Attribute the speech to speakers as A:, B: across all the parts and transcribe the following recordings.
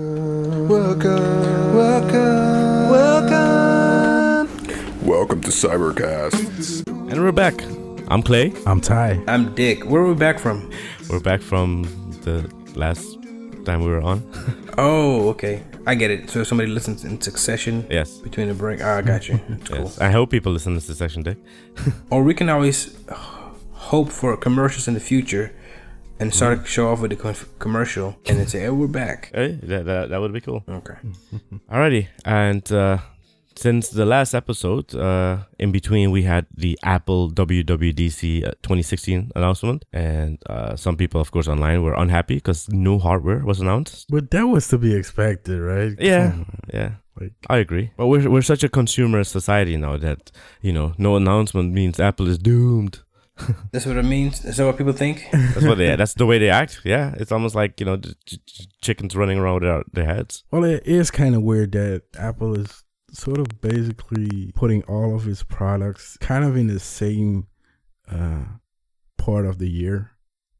A: Welcome. Welcome. Welcome. Welcome.
B: Welcome to Cybercast.
C: And we're back. I'm Clay.
D: I'm Ty.
E: I'm Dick. Where are we back from?
C: We're back from the last time we were on.
E: Oh, okay. I get it. So if somebody listens in succession
C: yes.
E: between the break. Ah, I got you. That's cool.
C: Yes. I hope people listen to this section, Dick.
E: Or we can always uh, hope for commercials in the future and start
C: Mm-hmm.
E: to show off with the con- commercial and then say, hey, we're back. Mm-hmm.
C: Hey, that, that, that would be cool.
E: Okay.
C: Alrighty. And uh, since the last episode, uh, in between, we had the Apple WWDC uh, 2016 announcement. And uh, some people, of course, online were unhappy because new hardware was announced.
D: But that was to be expected, right?
C: Yeah,
D: Come on.
C: yeah.
D: Like-
C: I agree. But we're we're such a consumer society now that you know no announcement means Apple is doomed.
E: That's what it means. Is that what people think?
C: That's what they. that's the way they act. Yeah, it's almost like you know the ch- ch- chickens running around with their, their heads.
D: Well, it is kind of weird that Apple is sort of basically putting all of its products kind of in the same uh, part of the year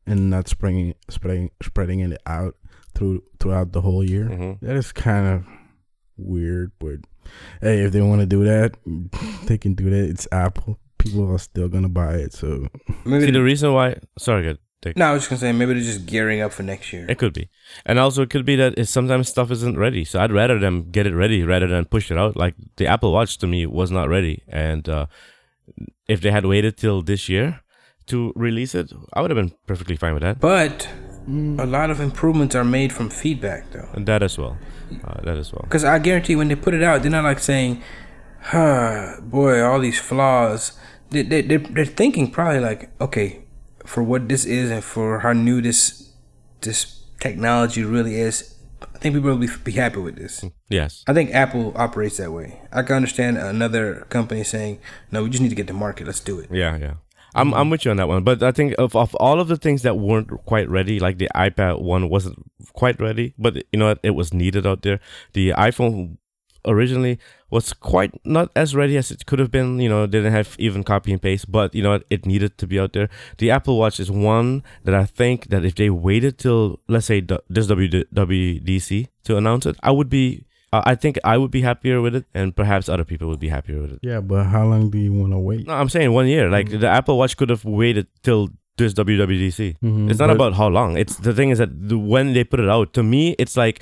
D: and not spreading spreading spreading it out through throughout the whole year.
C: Mhm.
D: That is kind of weird, but hey, if they want to do that, they can do that. It's Apple. People are still gonna buy it, so
C: See
E: Maybe.
C: the
E: they-
C: reason why? Sorry, good. Take-
E: no, I was just going to say, maybe they're just gearing up for next year.
C: It could be, and also it could be that it's sometimes stuff isn't ready. So I'd rather them get it ready rather than push it out. Like the Apple Watch to me was not ready, and uh, if they had waited till this year to release it, I would have been perfectly fine with that.
E: But
C: Mm.
E: a lot of improvements are made from feedback, though.
C: And that as well. Uh, that as well.
E: Because I guarantee when they put it out, they're not like saying, huh, boy, all these flaws. They, they, they, they're thinking probably like, okay, for what this is and for how new this this technology really is, I think people will be, be happy with this.
C: Yes.
E: I think Apple operates that way. I can understand another company saying, no, we just need to get to market. Let's do it.
C: Yeah, yeah. I'm I'm with you on that one. But I think of, of all of the things that weren't quite ready, like the iPad one wasn't quite ready, but you know what? It was needed out there. The iPhone originally was quite not as ready as it could have been. You know, didn't have even copy and paste, but you know what? It needed to be out there. The Apple Watch is one that I think that if they waited till let's say the- this WWDC to announce it, I would be. Uh, I think I would be happier with it, and perhaps other people would be happier with it.
D: yeah. But how long do you want to wait? Mm-hmm.
C: No, I'm saying one year. Like the Apple Watch could have waited till this WWDC. it's not
D: Mm-hmm. but-
C: about how long. It's the thing is that the, when they put it out, to me, it's like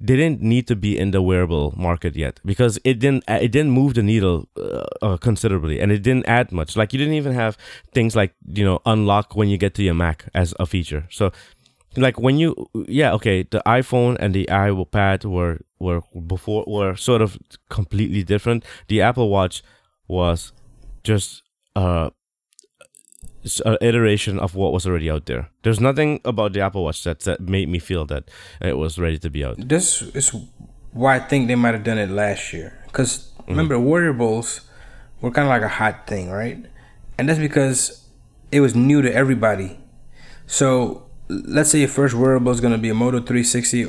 C: they didn't need to be in the wearable market yet because it didn't uh, it didn't move the needle uh, uh, considerably and it didn't add much. Like you didn't even have things like you know unlock when you get to your Mac as a feature. So like when you yeah okay the iphone and the ipad were were before were sort of completely different the apple watch was just uh s- an iteration of what was already out there there's nothing about the apple watch that, that made me feel that it was ready to be out
E: This is why I think they might have done it last year. Because remember, wearables were kind of like a hot thing, right? And that's because it was new to everybody. So let's say your first wearable is going to be a Moto 360.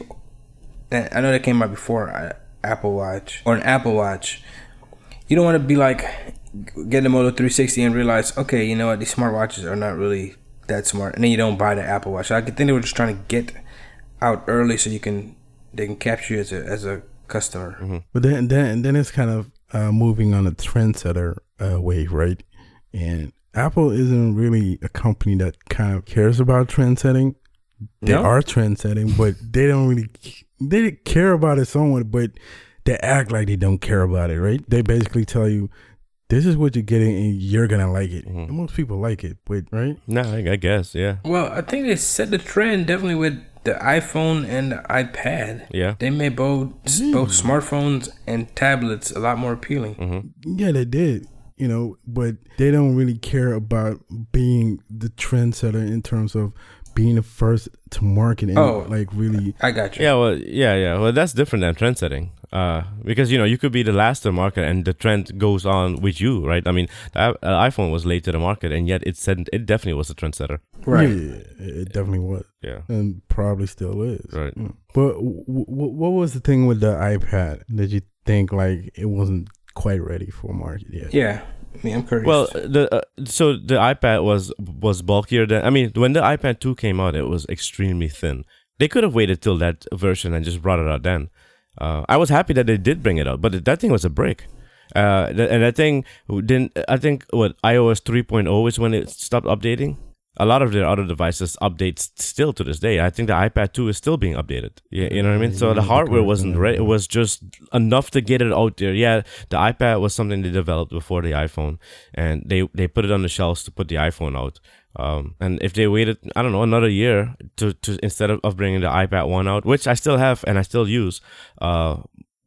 E: And I know that came out before a- Apple Watch or an Apple Watch. You don't want to be like get the Moto 360 and realize, okay, you know what, these smartwatches are not really that smart, and then you don't buy the Apple Watch. I could think they were just trying to get out early so you can they can capture you as a as a customer.
C: Mm-hmm.
D: But then, then, then it's kind of uh, moving on a trendsetter uh, wave, right? And Apple isn't really a company that kind of cares about trend setting. They
E: No?
D: are trend setting, but they don't really they care about it somewhat, but they act like they don't care about it, right? They basically tell you this is what you're getting and you're gonna like it. And most people like it, but right?
C: no I, I guess yeah
E: Well, I think they set the trend definitely with the iPhone and the iPad.
C: yeah
E: They made both both smartphones and tablets a lot more appealing.
C: Mm-hmm.
D: Yeah, they did. You know, but they don't really care about being the trendsetter in terms of being the first to market and
E: Oh.
D: like really.
E: I got you.
C: yeah well yeah yeah well that's different than trend setting uh because you know you could be the last to market and the trend goes on with you right i mean the i- uh, iphone was late to the market and yet it said it definitely was a trendsetter
E: Right.
C: Mm-hmm.
D: Yeah, it definitely was,
C: yeah
D: and probably still is.
C: right
D: But w- w- what was the thing with the iPad that you think like it wasn't quite ready for market yet?
E: Yeah. I mean, I'm curious.
C: well the uh, so the ipad was was bulkier than i mean when the ipad 2 came out it was extremely thin They could have waited till that version and just brought it out then. Uh, I was happy that they did bring it out, but that thing was a break. Uh, th- and that thing didn't. I think what iOS 3.0 is when it stopped updating. A lot of their other devices updates still to this day. I think the iPad 2 is still being updated. Yeah, you know what I mean. So the hardware wasn't ready. It was just enough to get it out there. Yeah, the iPad was something they developed before the iPhone, and they they put it on the shelves to put the iPhone out. Um, and if they waited, I don't know, another year to, to instead of, of bringing the iPad one out, which I still have and I still use, uh,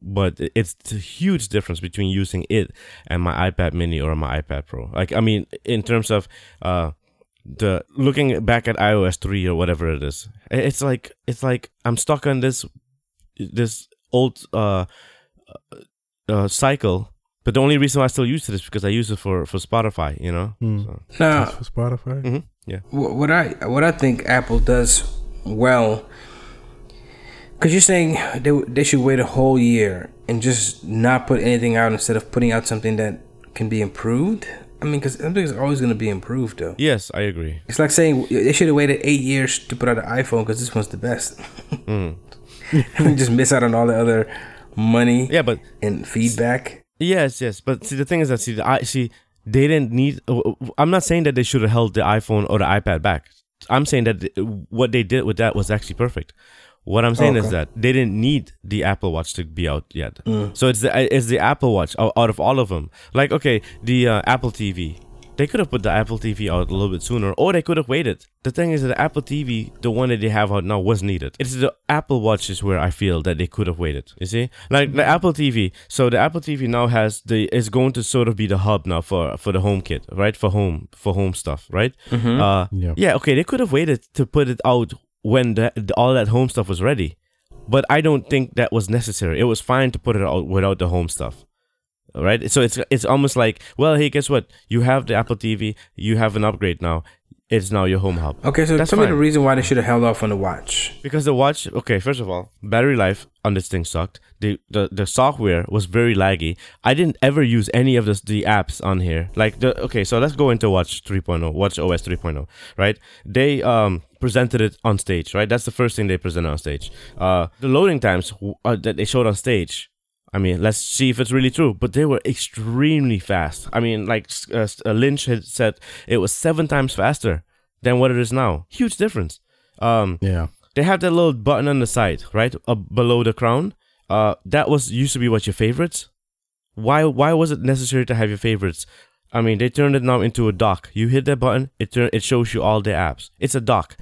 C: but it's a huge difference between using it and my iPad Mini or my iPad Pro. Like I mean, in terms of uh, the looking back at iOS three or whatever it is, it's like it's like I'm stuck on this this old uh, uh, cycle. But the only reason why I still use it is because I use it for for Spotify. You know. So,
E: Now,
D: That's for Spotify.
E: Mm-hmm.
C: mhm, yeah.
E: Wh- what I what I think Apple does well, because you're saying they they should wait a whole year and just not put anything out instead of putting out something that can be improved. I mean, because something is always going to be improved, though.
C: Yes, I agree.
E: It's like saying they should have waited eight years to put out an iPhone because this one's the best.
C: Hmm.
E: and we just miss out on all the other money
C: Yeah, but
E: and feedback.
C: Yes, yes, but see the thing is that see the I see they didn't need. uh, I'm not saying that they should have held the iPhone or the iPad back. I'm saying that th- what they did with that was actually perfect. What I'm saying is
E: Okay.
C: that they didn't need the Apple Watch to be out yet. So it's the it's the Apple Watch out out of all of them. Like okay, the uh, Apple TV. They could have put the Apple TV out a little bit sooner, or they could have waited. The thing is that the Apple TV, the one that they have out now, was needed. It's the Apple Watch is where I feel that they could have waited. You see, like the Apple TV. So the Apple TV now has the is going to sort of be the hub now for for the home kit, right? For home for home stuff, right? Uh,
D: Yep.
C: Yeah. Okay, they could have waited to put it out when the, all that home stuff was ready, but I don't think that was necessary. It was fine to put it out without the home stuff. All right, so it's it's almost like, well, hey, guess what? You have the Apple TV, you have an upgrade now. It's now your home hub.
E: Okay, so
C: That's
E: tell me the
C: fine.
E: reason why they should have held off on the watch.
C: Because the watch, okay, first of all, battery life on this thing sucked. The the, the software was very laggy. I didn't ever use any of this, the apps on here. Like the okay, so let's go into Watch 3.0, Watch OS 3.0, oh, right? They um presented it on stage, right? That's the first thing they presented on stage. Uh, the loading times w- uh, that they showed on stage I mean, let's see if it's really true. But they were extremely fast. I mean, like uh, uh, Lynch had said, it was seven times faster than what it is now. Huge difference. Um,
D: Yeah.
C: they have that little button on the side, right, up below the crown. Uh, that was used to be what your favorites. Why? Why was it necessary to have your favorites? I mean, they turned it now into a dock. You hit that button, it turn, it shows you all the apps. It's a dock.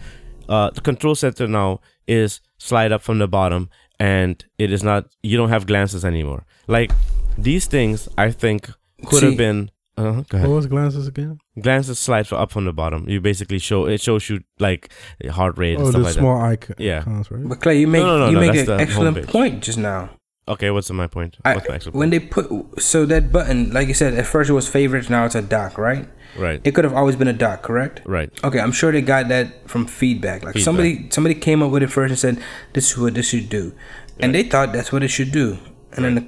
C: Uh, the control center now is slide up from the bottom, and it is not. You don't have glances anymore. Like these things, I think could
E: See-
C: have been. Uh, go ahead
D: What was glances again?
C: glances slide for up from the bottom. You basically show it shows you like heart rate and
D: Oh,
C: stuff
D: the
C: like
D: small icon.
C: Yeah.
D: Icons, right?
E: But Clay, you make
C: no, no,
E: you
C: no,
E: make
C: that's
E: an
C: the
E: excellent
C: homepage.
E: point just now.
C: that. Okay, what's my point?
E: I,
C: What's my actual
E: when
C: point?
E: they put so that button, like you said, at first it was favorites, now it's a doc, right?
C: right,
E: It could have always been a doc, correct?
C: right.
E: Okay, I'm sure they got that from feedback. Like
C: Feedback.
E: somebody somebody came up with it first and said, "This is what this should do," and they thought that's what it should do, and then it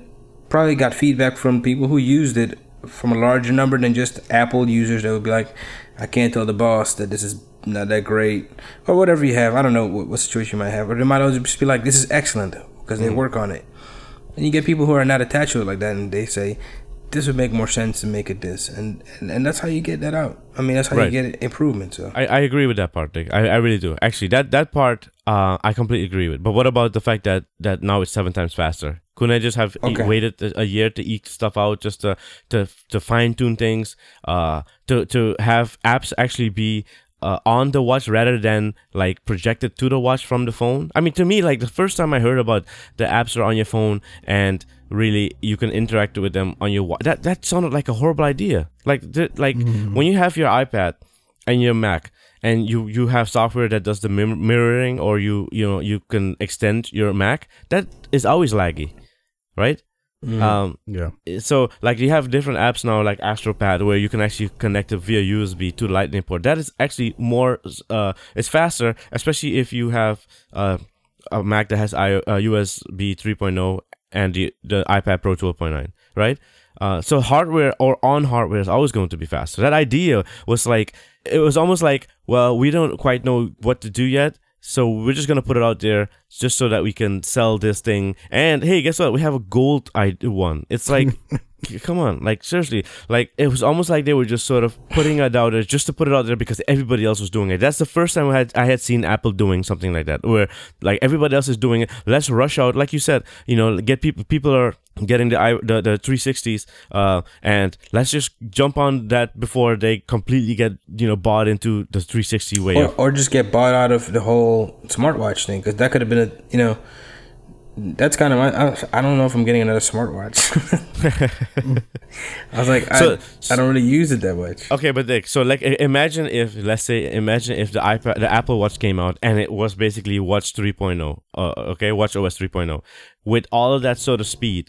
E: probably got feedback from people who used it from a larger number than just Apple users that would be like, "I can't tell the boss that this is not that great," or whatever you have. I don't know what, what situation you might have, or they might also just be like, "This is excellent" because
C: Mm.
E: they work on it. And you get people who are not attached to it like that, and they say, "This would make more sense to make it this," and and, and that's how you get that out. I mean, that's how
C: Right.
E: you get improvement. So
C: I, I agree with that part, Dick. I, I really do. Actually, that that part uh, I completely agree with. But what about the fact that that now it's seven times faster? Couldn't I just have e-
E: Okay.
C: waited a, a year to eke stuff out, just to to to fine tune things, uh, to to have apps actually be. Uh, on the watch rather than like projected to the watch from the phone. I mean, to me, like the first time I heard about the apps are on your phone and really you can interact with them on your watch, that that sounded like a horrible idea. Like, th- like when you have your iPad, and your Mac, and you you have software that does the mim- mirroring, or you you know you can extend your Mac. That is always laggy, right? Um,
D: Yeah.
C: so like you have different apps now, like AstroPad, where you can actually connect it via USB to Lightning port. That is actually more, uh, it's faster, especially if you have uh, a Mac that has I, uh, USB 3.0 and the the iPad Pro 12.9, right? Uh, so hardware or on hardware is always going to be faster. That idea was like it was almost like, well, we don't quite know what to do yet. So we're just gonna put it out there just so that we can sell this thing. And hey, guess what? We have a gold I one. It's like, come on, like seriously, like it was almost like they were just sort of putting it out there just to put it out there because everybody else was doing it. That's the first time I had I had seen Apple doing something like that, where like everybody else is doing it. Let's rush out, like you said, you know, get people. People are getting the i the, the 360s uh and let's just jump on that before they completely get you know bought into the 360 way
E: or,
C: of
E: or just get bought out of the whole smartwatch thing because that could have been a you know that's kind of my I, I don't know if i'm getting another smartwatch i was like
C: So- uh,
E: I, I don't really use it that much
C: Okay, but Dick, so like i- imagine if let's say imagine if the iPad the Apple Watch came out and it was basically Watch 3.0, uh, okay, Watch OS 3.0 oh. with all of that sort of speed.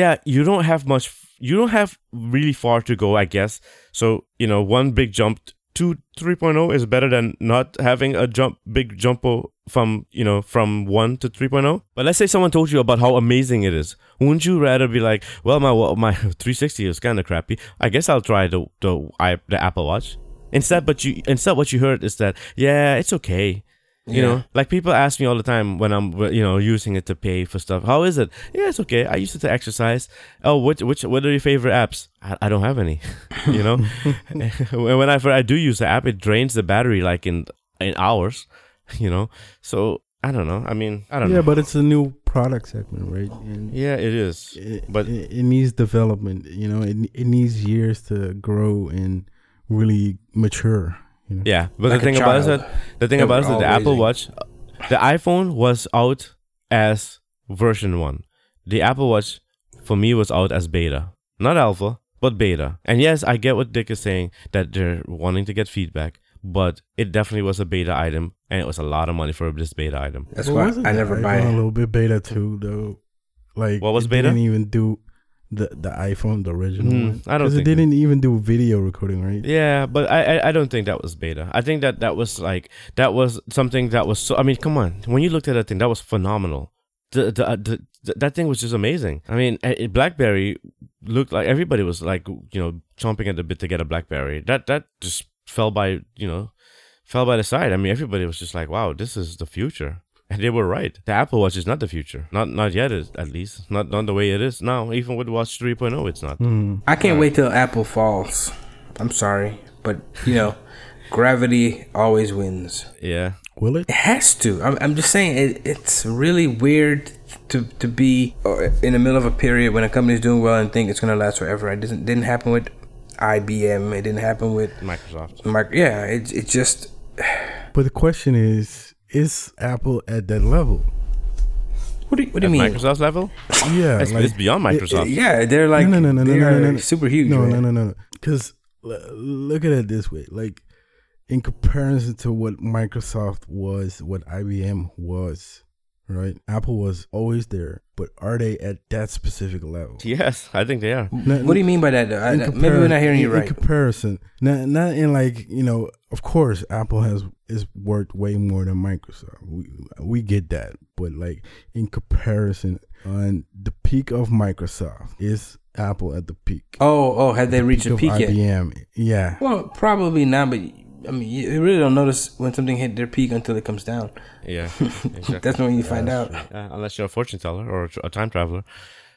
C: Yeah, you don't have much f- you don't have really far to go, I guess. So, you know, one big jump t- to 3.0 is better than not having a jump big jump o- from, you know, from 1 to 3.0. But let's say someone told you about how amazing it is. Wouldn't you rather be like, well, my wa- my 360 is kind of crappy. I guess I'll try the the, I, the Apple Watch instead. But you instead, what you heard is that yeah, it's okay. You know, like people ask me all the time when I'm you know using it to pay for stuff. How is it? Yeah, it's okay. I use it to exercise. Oh, which which what are your favorite apps? I, I don't have any. you know, whenever I do use the app, it drains the battery like in in hours. You know, so I don't know. I mean, I don't
D: Yeah,
C: know.
D: but it's a new product segment, right? And
C: Yeah, it is.
D: it,
C: but-
D: it, it needs development. You know, it it needs years to grow and really mature. You know?
C: Yeah, but
E: Mm-hmm. Like
C: the
E: a
C: thing about it is
E: child.
C: that the thing
E: They
C: about
E: were
C: it is that
E: all
C: the Apple
E: raising.
C: Watch, the iPhone was out as version one. The Apple Watch for me was out as beta, not alpha, but beta. And yes, I get what Dick is saying that they're wanting to get feedback, but it definitely was a beta item, and it was a lot of money for this beta item.
E: that's
D: Well,
E: why
D: wasn't
E: i
D: the
E: never buy
D: iPhone a
E: it
D: little bit beta too, though. Like
C: What was
D: it
C: beta?
D: Didn't even do the the iPhone, the original.
C: Mm,
D: one.
C: I don't
D: 'Cause
C: think-
D: it didn't even do video recording, right?
C: Yeah, but I, I I don't think that was beta. I think that that was like that was something that was so. I mean, come on, when you looked at that thing, that was phenomenal. The the, uh, the, the that thing was just amazing. I mean, eh, eh, BlackBerry looked like everybody was like you know chomping at the bit to get a BlackBerry. That that just fell by you know fell by the side. I mean, everybody was just like, wow, this is the future. And they were right. The Apple Watch is not the future. Not not yet, is- at least. Not not the way it is now. Even with Watch 3.0, it's not.
E: i can't wait till apple falls i'm sorry but you know gravity always wins
C: Yeah.
D: Will it?
E: It has to. I'm, I'm just saying it, it's really weird to to be uh, in the middle of a period when a company's doing well and think it's gonna last forever. It didn't didn't happen with IBM. It didn't happen with
C: Microsoft.
E: Mic. Yeah, it it just
D: But the question is, is Apple at that level?
E: what do you, what do you mean?
C: Microsoft level?
D: Yeah,
C: It's, it's beyond Microsoft.
E: Yeah, they're like
D: no, no, no, no,
E: they
D: no,
E: are
D: no, no, no.
E: super huge.
D: No,
E: man.
D: no, no, no, no. Because look at it this way: like in comparison to what Microsoft was, what IBM was, right? Apple was always there, but are they at that specific level?
C: Yes, I think they are.
D: No,
E: What do you mean by that? though? I,
D: in
E: maybe we're
D: compar-
E: not hearing you
D: in- in
E: right.
D: comparison, not not in like you know. Of course, Apple has is worth way more than Microsoft. We we get that, but like in comparison, on the peak of Microsoft is Apple at the peak.
E: oh, oh, had they reached a
D: of
E: peak yet?
D: IBM. Yeah.
E: Well, probably not. But I mean, you you really don't notice when something hit their peak until it comes down.
C: Yeah,
E: That's when you find out.
C: uh, unless you're a fortune teller or a tr- a time traveler,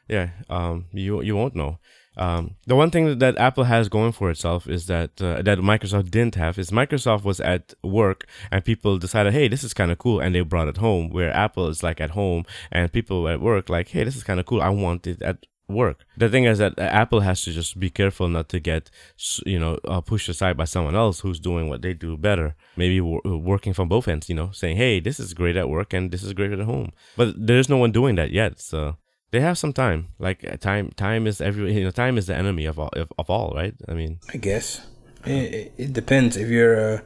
C: yeah, um, you you won't know. Um, the one thing that Apple has going for itself is that uh, that Microsoft didn't have is Microsoft was at work and people decided, hey, this is kind of cool, and they brought it home. Where Apple is like at home and people at work like, hey, this is kind of cool. I want it at work. The thing is that uh, Apple has to just be careful not to get, s- you know, uh, pushed aside by someone else who's doing what they do better. Maybe wor- uh, working from both ends, you know, saying, "Hey, this is great at work and this is great at home." But there's no one doing that yet, so they have some time. Like uh, time, time is every, you know, time is the enemy of all, of, of all, right? I mean,
E: I guess it, it- it depends. If you're uh,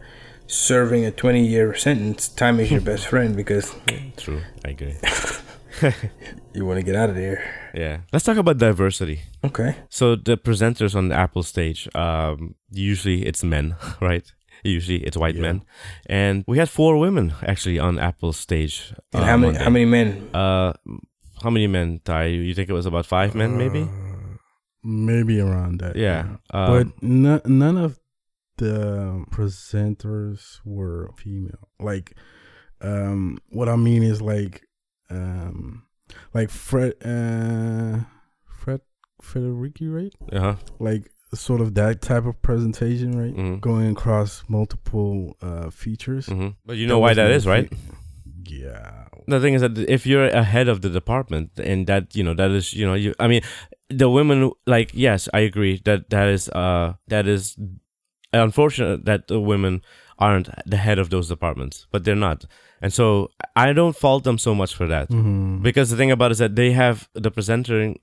E: serving a 20 year sentence, time is your best friend because
C: true. I agree.
E: you want to get out of there.
C: yeah. Let's talk about diversity.
E: Okay.
C: So the presenters on the Apple stage, um, usually it's men, right? Usually it's white men, and we had four women actually on Apple's stage.
E: And
C: uh,
E: how many
C: Monday.
E: how many men?
C: Uh, how many men, Ty? You think it was about five men, maybe?
E: Uh,
D: Uh, Maybe around that.
C: yeah.
D: But
C: Um,
D: no, none of the presenters were female. Like Um, what I mean is like, um, like Fred, uh, Fred, Federici, right?
C: Uh huh.
D: Like sort of that type of presentation, right?
C: Mhm.
D: Going across multiple uh, features.
C: hmm But you know why that is, right?
D: Yeah.
C: the thing is that if you're ahead of the department and that you know that is you know you i mean the women like yes i agree that that is uh that is unfortunate that the women aren't the head of those departments but they're not and so i don't fault them so much for that because the thing about it is that they have the presenting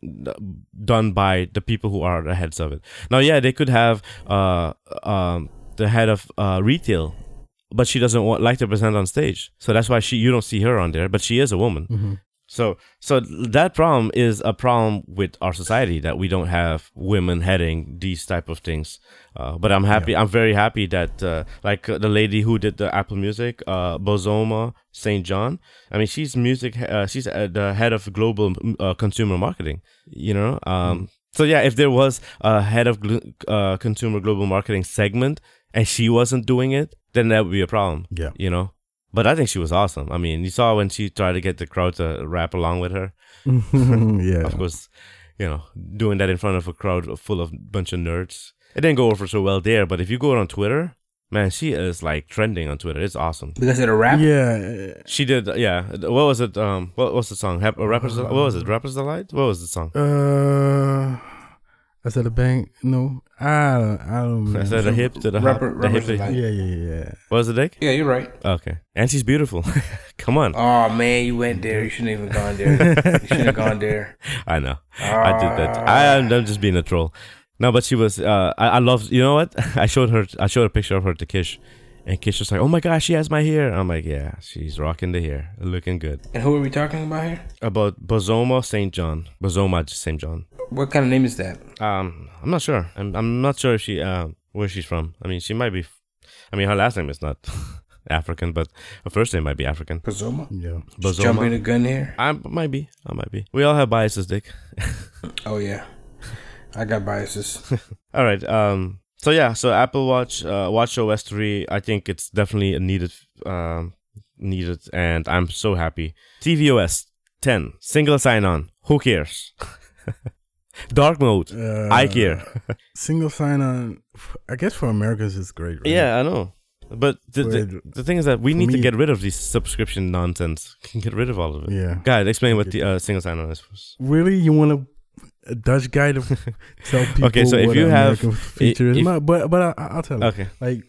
C: done by the people who are the heads of it now yeah they could have uh um the head of uh retail but she doesn't want, like to present on stage. So that's why she you don't see her on there, but she is a woman. So so that problem is a problem with our society that we don't have women heading these type of things. Uh, but I'm happy. I'm very happy that uh, like uh, the lady who did the Apple Music, uh, Bozoma St. John. I mean, she's music. Uh, she's uh, the head of global mm, uh, consumer marketing. You know. Um, So yeah, if there was a head of gl- uh, consumer global marketing segment and she wasn't doing it, then that would be a problem.
D: Yeah.
C: You know? But I think she was awesome. I mean, you saw when she tried to get the crowd to rap along with her.
D: yeah.
C: Of course, you know, doing that in front of a crowd full of bunch of nerds. It didn't go over so well there, but if you go on Twitter, man, she is like trending on Twitter. It's awesome.
E: Because of the rap?
D: Yeah.
C: She did, uh, yeah. What was it? Um, what was the song? Hap- Rappers, what was it? Rappers Delight? What was the song?
D: Uh, I said a bang. No, I don't. I don't.
C: I
D: Remember.
C: said the hip to the hop,
E: Mm-hmm. Rapper-
C: the hip
E: Rappers
C: to
E: Delight.
D: Yeah, yeah, yeah.
C: What was it, Dick?
E: Yeah, you're right.
C: Okay, and she's beautiful. Come on,
E: Oh man, you went there. You shouldn't even gone there. you shouldn't have gone there.
C: I know. I did that. I, am I'm just being a troll. No, but she was. Uh, I, I love. You know what? I showed her. I showed a picture of her to Kish, and Kish was like, "Oh my gosh, she has my hair." I'm like, "Yeah, she's rocking the hair, looking good."
E: And who are we talking about here?
C: About Bozoma Saint John. Bozoma Saint John.
E: What kind of name is that?
C: Um, I'm not sure. I'm, I'm not sure if she uh, where she's from. I mean, she might be. I mean, her last name is not African, but her first name might be African.
E: Kazoma?
D: Yeah.
E: Just jumping the gun here.
C: I might be. I might be. We all have biases, Dick.
E: Oh yeah, I got biases.
C: All right. Um. So yeah. So Apple Watch, uh, Watch OS three. I think it's definitely a needed, um, needed, and I'm so happy. tvOS ten, single sign on. Who cares? Dark mode.
D: Uh,
C: I care.
D: Single sign on. f- I guess for Americans it's great. Right?
C: yeah, I know. But the, the,
D: Wait,
C: the thing is that we need to
D: me-
C: get rid of these subscription nonsense. Can get rid of all of it.
D: Yeah.
C: Guys, explain what the uh, single sign on is. first.
D: Really, you want a, a Dutch guy to tell people?
C: Okay, so if
D: what
C: you
D: an
C: have-
D: American feature is?
C: if-
D: No, but but I, I'll tell you.
C: Okay.
D: Like,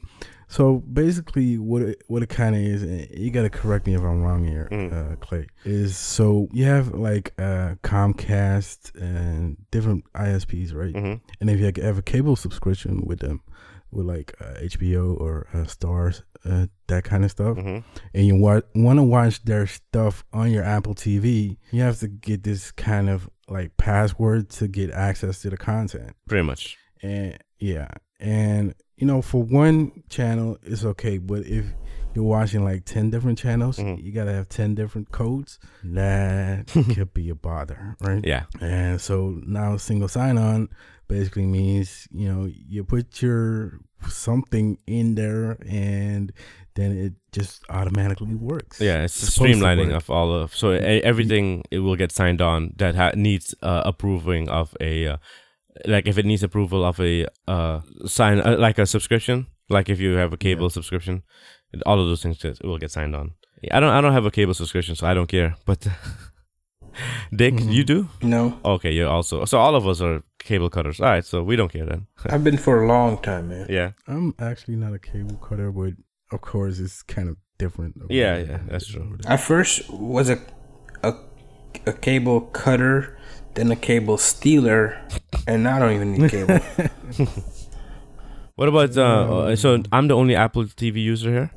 D: so basically, what it, what it kind of is, and you gotta correct me if I'm wrong here,
C: Mm.
D: uh, Clay. Is so you have like uh, Comcast and different ISPs, right?
C: hmm
D: And if you like, have a cable subscription with them, with like uh, HBO or uh, Stars, uh, that kind of stuff,
C: hmm
D: and you wa- want to watch their stuff on your Apple TV, you have to get this kind of like password to get access to the content.
C: Pretty much.
D: And yeah, and you know, for one channel, it's okay, but if you're watching like 10 different channels,
C: Mhm.
D: you gotta have 10 different codes. That could be a bother, right?
C: Mm-hmm. Yeah.
D: And so now single sign on basically means, you know, you put your something in there and then it just automatically works.
C: Yeah, it's a
D: supposed to
C: streamlining
D: work. Mm-hmm.
C: of all of so e- everything it will get signed on that ha- needs uh, approving of a uh, like if it needs approval of a uh, sign uh, like a subscription like if you have a cable subscription all of those things get, will get signed on. Yeah, I don't I don't have a cable subscription so I don't care but Dick you
D: Mm-hmm.
C: do
E: No,
C: okay you're also so all of us are cable cutters all right so we don't care then
E: I've been for a long time, man.
C: yeah
D: I'm actually not a cable cutter, but of course it's kind of different. over
C: yeah
D: there.
C: yeah that's true
E: I first was a a, a cable cutter, then a cable stealer, and now I don't even need cable.
C: what about uh, so I'm the only Apple TV user here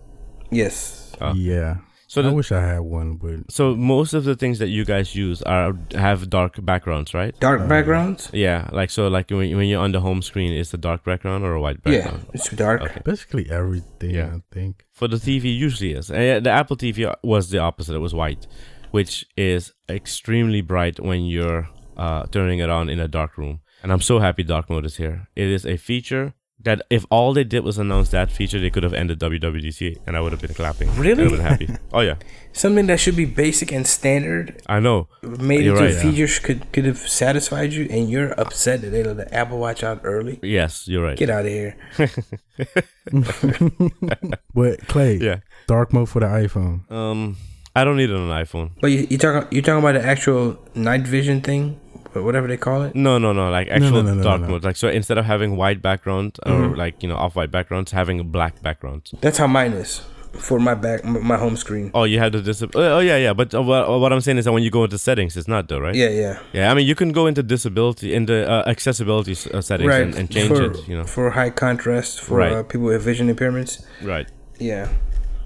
E: yes,
C: Uh,
D: Yeah.
C: so
D: I
C: the,
D: wish I had one, but
C: So most of the things that you guys use are have dark backgrounds, right?
E: dark backgrounds.
C: Yeah, like so, like when, when you're on the home screen, it's a dark background or a white
E: Yeah,
C: background.
E: it's dark.
D: basically everything
C: Yeah.
D: I think.
C: For the TV, usually is. And, uh, the Apple TV was the opposite; it was white, which is extremely bright when you're uh, turning it on in a dark room. And I'm so happy dark mode is here. It is a feature that if all they did was announce that feature, they could have ended WWDC, and I would have been clapping. I
E: Really?
C: would have been happy. oh yeah,
E: Something that should be basic and standard
C: I know.
E: made
C: You're
E: into
C: right, yeah.
E: features could could have satisfied you, and you're upset that they let the Apple Watch out early.
C: Yes, you're right.
E: Get out of here.
D: But Clay,
C: Yeah.
D: dark mode for the iPhone.
C: Um, I don't need it on an iPhone.
E: But you, you talking you talking about the actual night vision thing, or whatever they call it.
C: No, no, no. Like actual
D: no, no, Mm-hmm.
C: dark
D: no, no.
C: mode. Like so, instead of having white background or like you know off-white backgrounds, having a black background.
E: That's how mine is for my back m- my home screen.
C: Oh, you had to disable. Oh yeah, yeah. But uh, what, what I'm saying is that when you go into settings, it's not though, right?
E: Yeah, yeah.
C: Yeah, I mean, you can go into disability, into uh, accessibility s- uh, settings,
E: Right.
C: and, and change
E: for,
C: it. You know,
E: for high contrast for
C: Right.
E: uh, people with vision impairments.
C: right?
E: Yeah.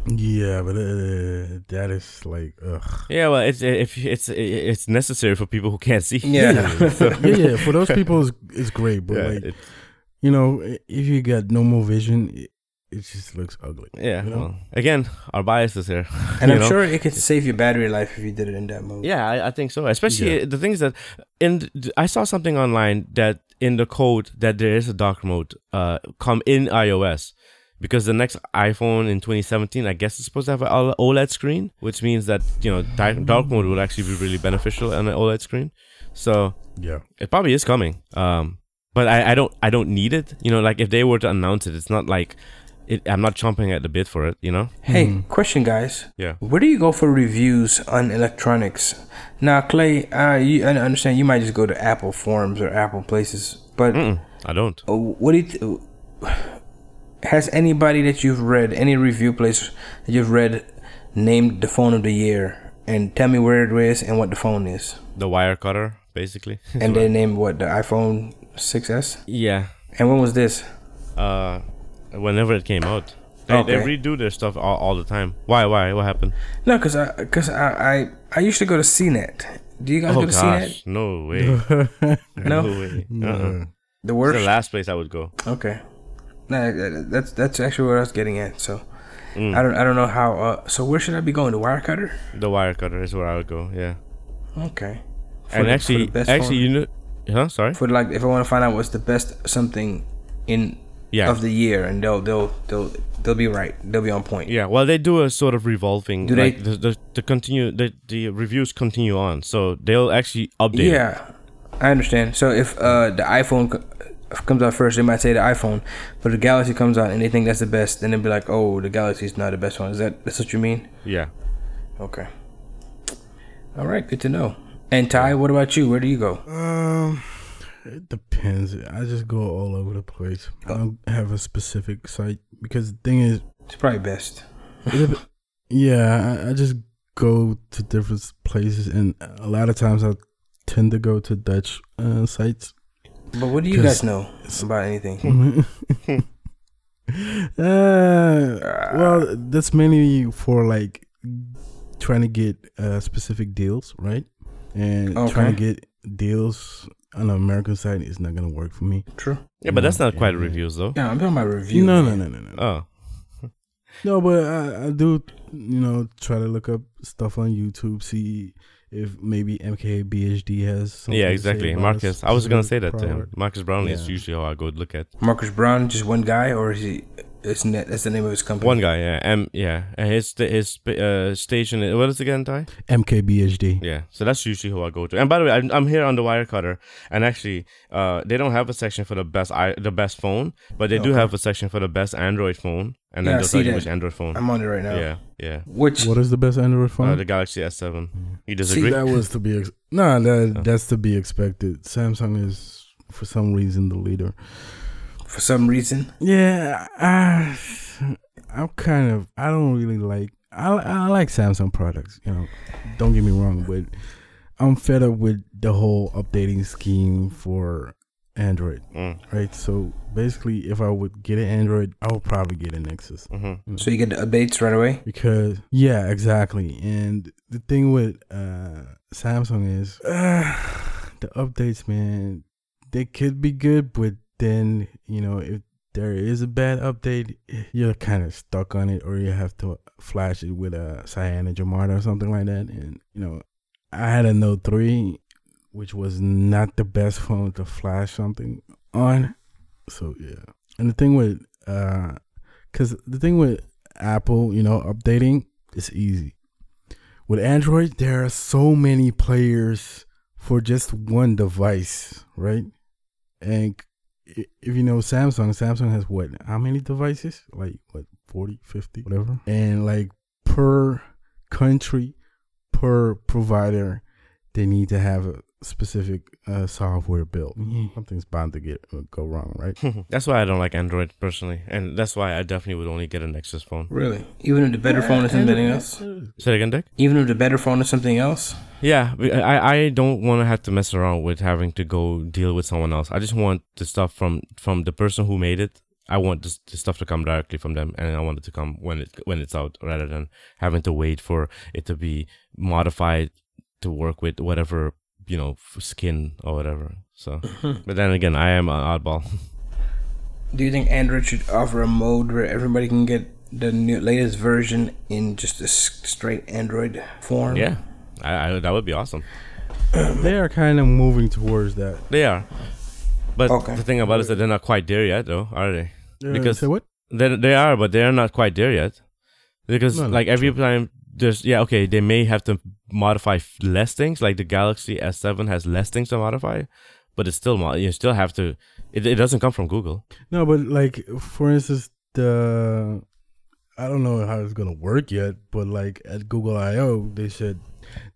D: Yeah, but uh, that is like, ugh.
C: Yeah, well, it's if it's it's necessary for people who can't see.
E: Yeah.
D: yeah, yeah. For those people, it's, it's great, but
C: yeah,
D: like,
C: it-
D: you know, i- if you got normal vision, it, it just looks ugly.
C: yeah.
D: You know?
C: Well, again, our bias is here,
E: And
C: you
E: I'm
C: know?
E: sure it could save your battery life if you did it in that mode.
C: Yeah, I, I think so. Especially the things that, and I saw something online that in the code that there is a dark mode uh, come in iOS because the next iPhone in 2017, I guess, is supposed to have an OLED E screen, which means that you know di- dark mode would actually be really beneficial on an OLED screen. So
D: Yeah.
C: it probably is coming. Um, but I, I don't I don't need it. You know, like if they were to announce it, it's not like it, I'm not chomping at the bit for it. You know?
E: Hey, question, guys.
C: Yeah.
E: Where do you go for reviews on electronics? Now, Clay, uh, you, I understand you might just go to Apple forums or Apple places, but
C: Mm-mm, I don't.
E: uh, what do you th- has anybody that you've read any review place that you've read named the phone of the year and tell me where it is and what the phone is,
C: The wire cutter, basically.
E: and they named what the iPhone 6s
C: yeah.
E: and when was this?
C: Uh, whenever it came out, they, they
E: Okay.
C: redo their stuff all, all the time. Why? Why? What happened?
E: No, cause I, cause I, I, I used to go to CNET. Do you guys
C: Oh
E: go to
C: gosh, no way,
E: CNET? No,
C: no way. Uh-uh.
E: the
C: It's
E: worst.
C: the last place I would go.
E: Okay, Nah, that- that's that's actually what I was getting at. So I don't I don't know how. Uh, so where should I be going? The wire cutter?
C: The wire cutter is where I would go. Yeah.
E: Okay. For
C: and
E: the- for
C: actually,
E: the best
C: actually,
E: phone.
C: you know, huh? Sorry.
E: for like if I want to find out what's the best something in
C: Yeah.
E: of the year, and they'll they'll they'll they'll be right. They'll be on point.
C: Yeah, well, they do a sort of revolving.
E: Do
C: like
E: they-
C: the, the the continue the the reviews continue on, so they'll actually update. it.
E: Yeah, I understand. So if uh, the iPhone co- comes out first, they might say the iPhone, but the Galaxy comes out and they think that's the best, then they'll be like, "Oh, the Galaxy's not the best one." Is that that's what you mean?
C: yeah.
E: Okay. All right, good to know. And Ty, what about you? Where do you go?
D: Um, it depends. I just go all over the place. I
C: Uh.
D: don't have a specific site because the thing is,
E: It's probably best.
D: it dep- yeah, I, I just go to different places, and a lot of times I tend to go to Dutch uh, sites.
E: But what do you guys
D: 'Cause
E: know about anything?
D: Hmm. Uh, well, that's mainly for like trying to get uh, specific deals, right? And trying to
E: Okay.
D: get deals on the American side is not gonna work for me.
E: True.
C: Yeah, but that's
D: Yeah,
C: not quite
D: yeah, yeah.
C: reviews though.
E: Yeah, I'm talking about review.
D: no,
E: man.
D: no, no, no, no,
C: Oh,
D: no. But I, I do, you know, try to look up stuff on YouTube, see if maybe MKBHD has. Something
C: yeah,
D: to say
C: exactly.
D: about
C: Marcus,
D: a
C: I was gonna say
D: specific
C: that to him.
D: product.
C: Marcus Brownlee is
D: Yeah.
C: usually how I go look at
E: Marcus Brown, just one guy, or is he? Isn't that that's the name of his company?
C: one guy. Yeah, M. Yeah, and his sta- his sp- uh, station. i- What is it again, Ty?
D: MKBHD.
C: Yeah, so that's usually who I go to. And by the way, I'm, I'm here on the wire cutter, and actually, uh, they don't have a section for the best i the best phone, but they do have a section for the best Android phone, and
E: Yeah, I
C: then they'll
E: see
C: tell you
E: that.
C: which Android phone.
E: I'm on it right now.
C: yeah, yeah.
E: Which
D: What is the best Android phone?
C: Uh, the Galaxy S7. You disagree?
D: See, that was to be ex- no,
C: Oh.
D: that, that's to be expected. Samsung is for some reason the leader.
E: for some reason
D: Yeah, I, I'm kind of. I don't really like. I I like Samsung products. You know, don't get me wrong, but I'm fed up with the whole updating scheme for Android.
C: Mm.
D: Right. So basically, if I would get an Android, I would probably get a Nexus.
E: So you get the updates right away.
D: because yeah exactly and the thing with uh samsung is uh, the updates man they could be good but then you know if there is a bad update eh, you're kind of stuck on it or you have to flash it with a cyan and jamada or something like that and you know i had a note 3 which was not the best phone to flash something on so yeah And the thing with, uh, because the thing with Apple, you know, updating is easy. With Android, there are so many players for just one device, right? And i- if you know Samsung, Samsung has what? How many devices? Like what? 40, 50, whatever. And like per country, per provider, they need to have a specific uh, software built. Something's bound to get uh, go wrong, right?
C: That's why I don't like Android personally, and that's why I definitely would only get a Nexus phone.
E: Really? Even if the better phone is something else?
C: Say it again, Dick.
E: Even if the better phone is something else?
C: Yeah, we- I I don't want to have to mess around with having to go deal with someone else. I just want the stuff from from the person who made it. I want this, the stuff to come directly from them, and I want it to come when it when it's out, rather than having to wait for it to be modified to work with whatever you know f- skin or whatever. So, but then again, I am an oddball.
E: Do you think Android should offer a mode where everybody can get the new, latest version in just a s- straight Android form?
C: yeah, I, I that would be awesome.
D: They are kind of moving towards that.
C: They are, but
E: Okay.
C: the thing about it is that they're not quite there yet, though, are they?
D: Uh,
C: Because-
D: say what?
C: They, they are, but they're not quite there yet. Because
D: No, no,
C: like every time there's yeah okay they may have to modify f- less things like the Galaxy S7 has less things to modify, but it's still mo- you still have to. It, it doesn't come from Google.
D: No, but like for instance, the I don't know how it's gonna work yet, but like at Google I/O, they said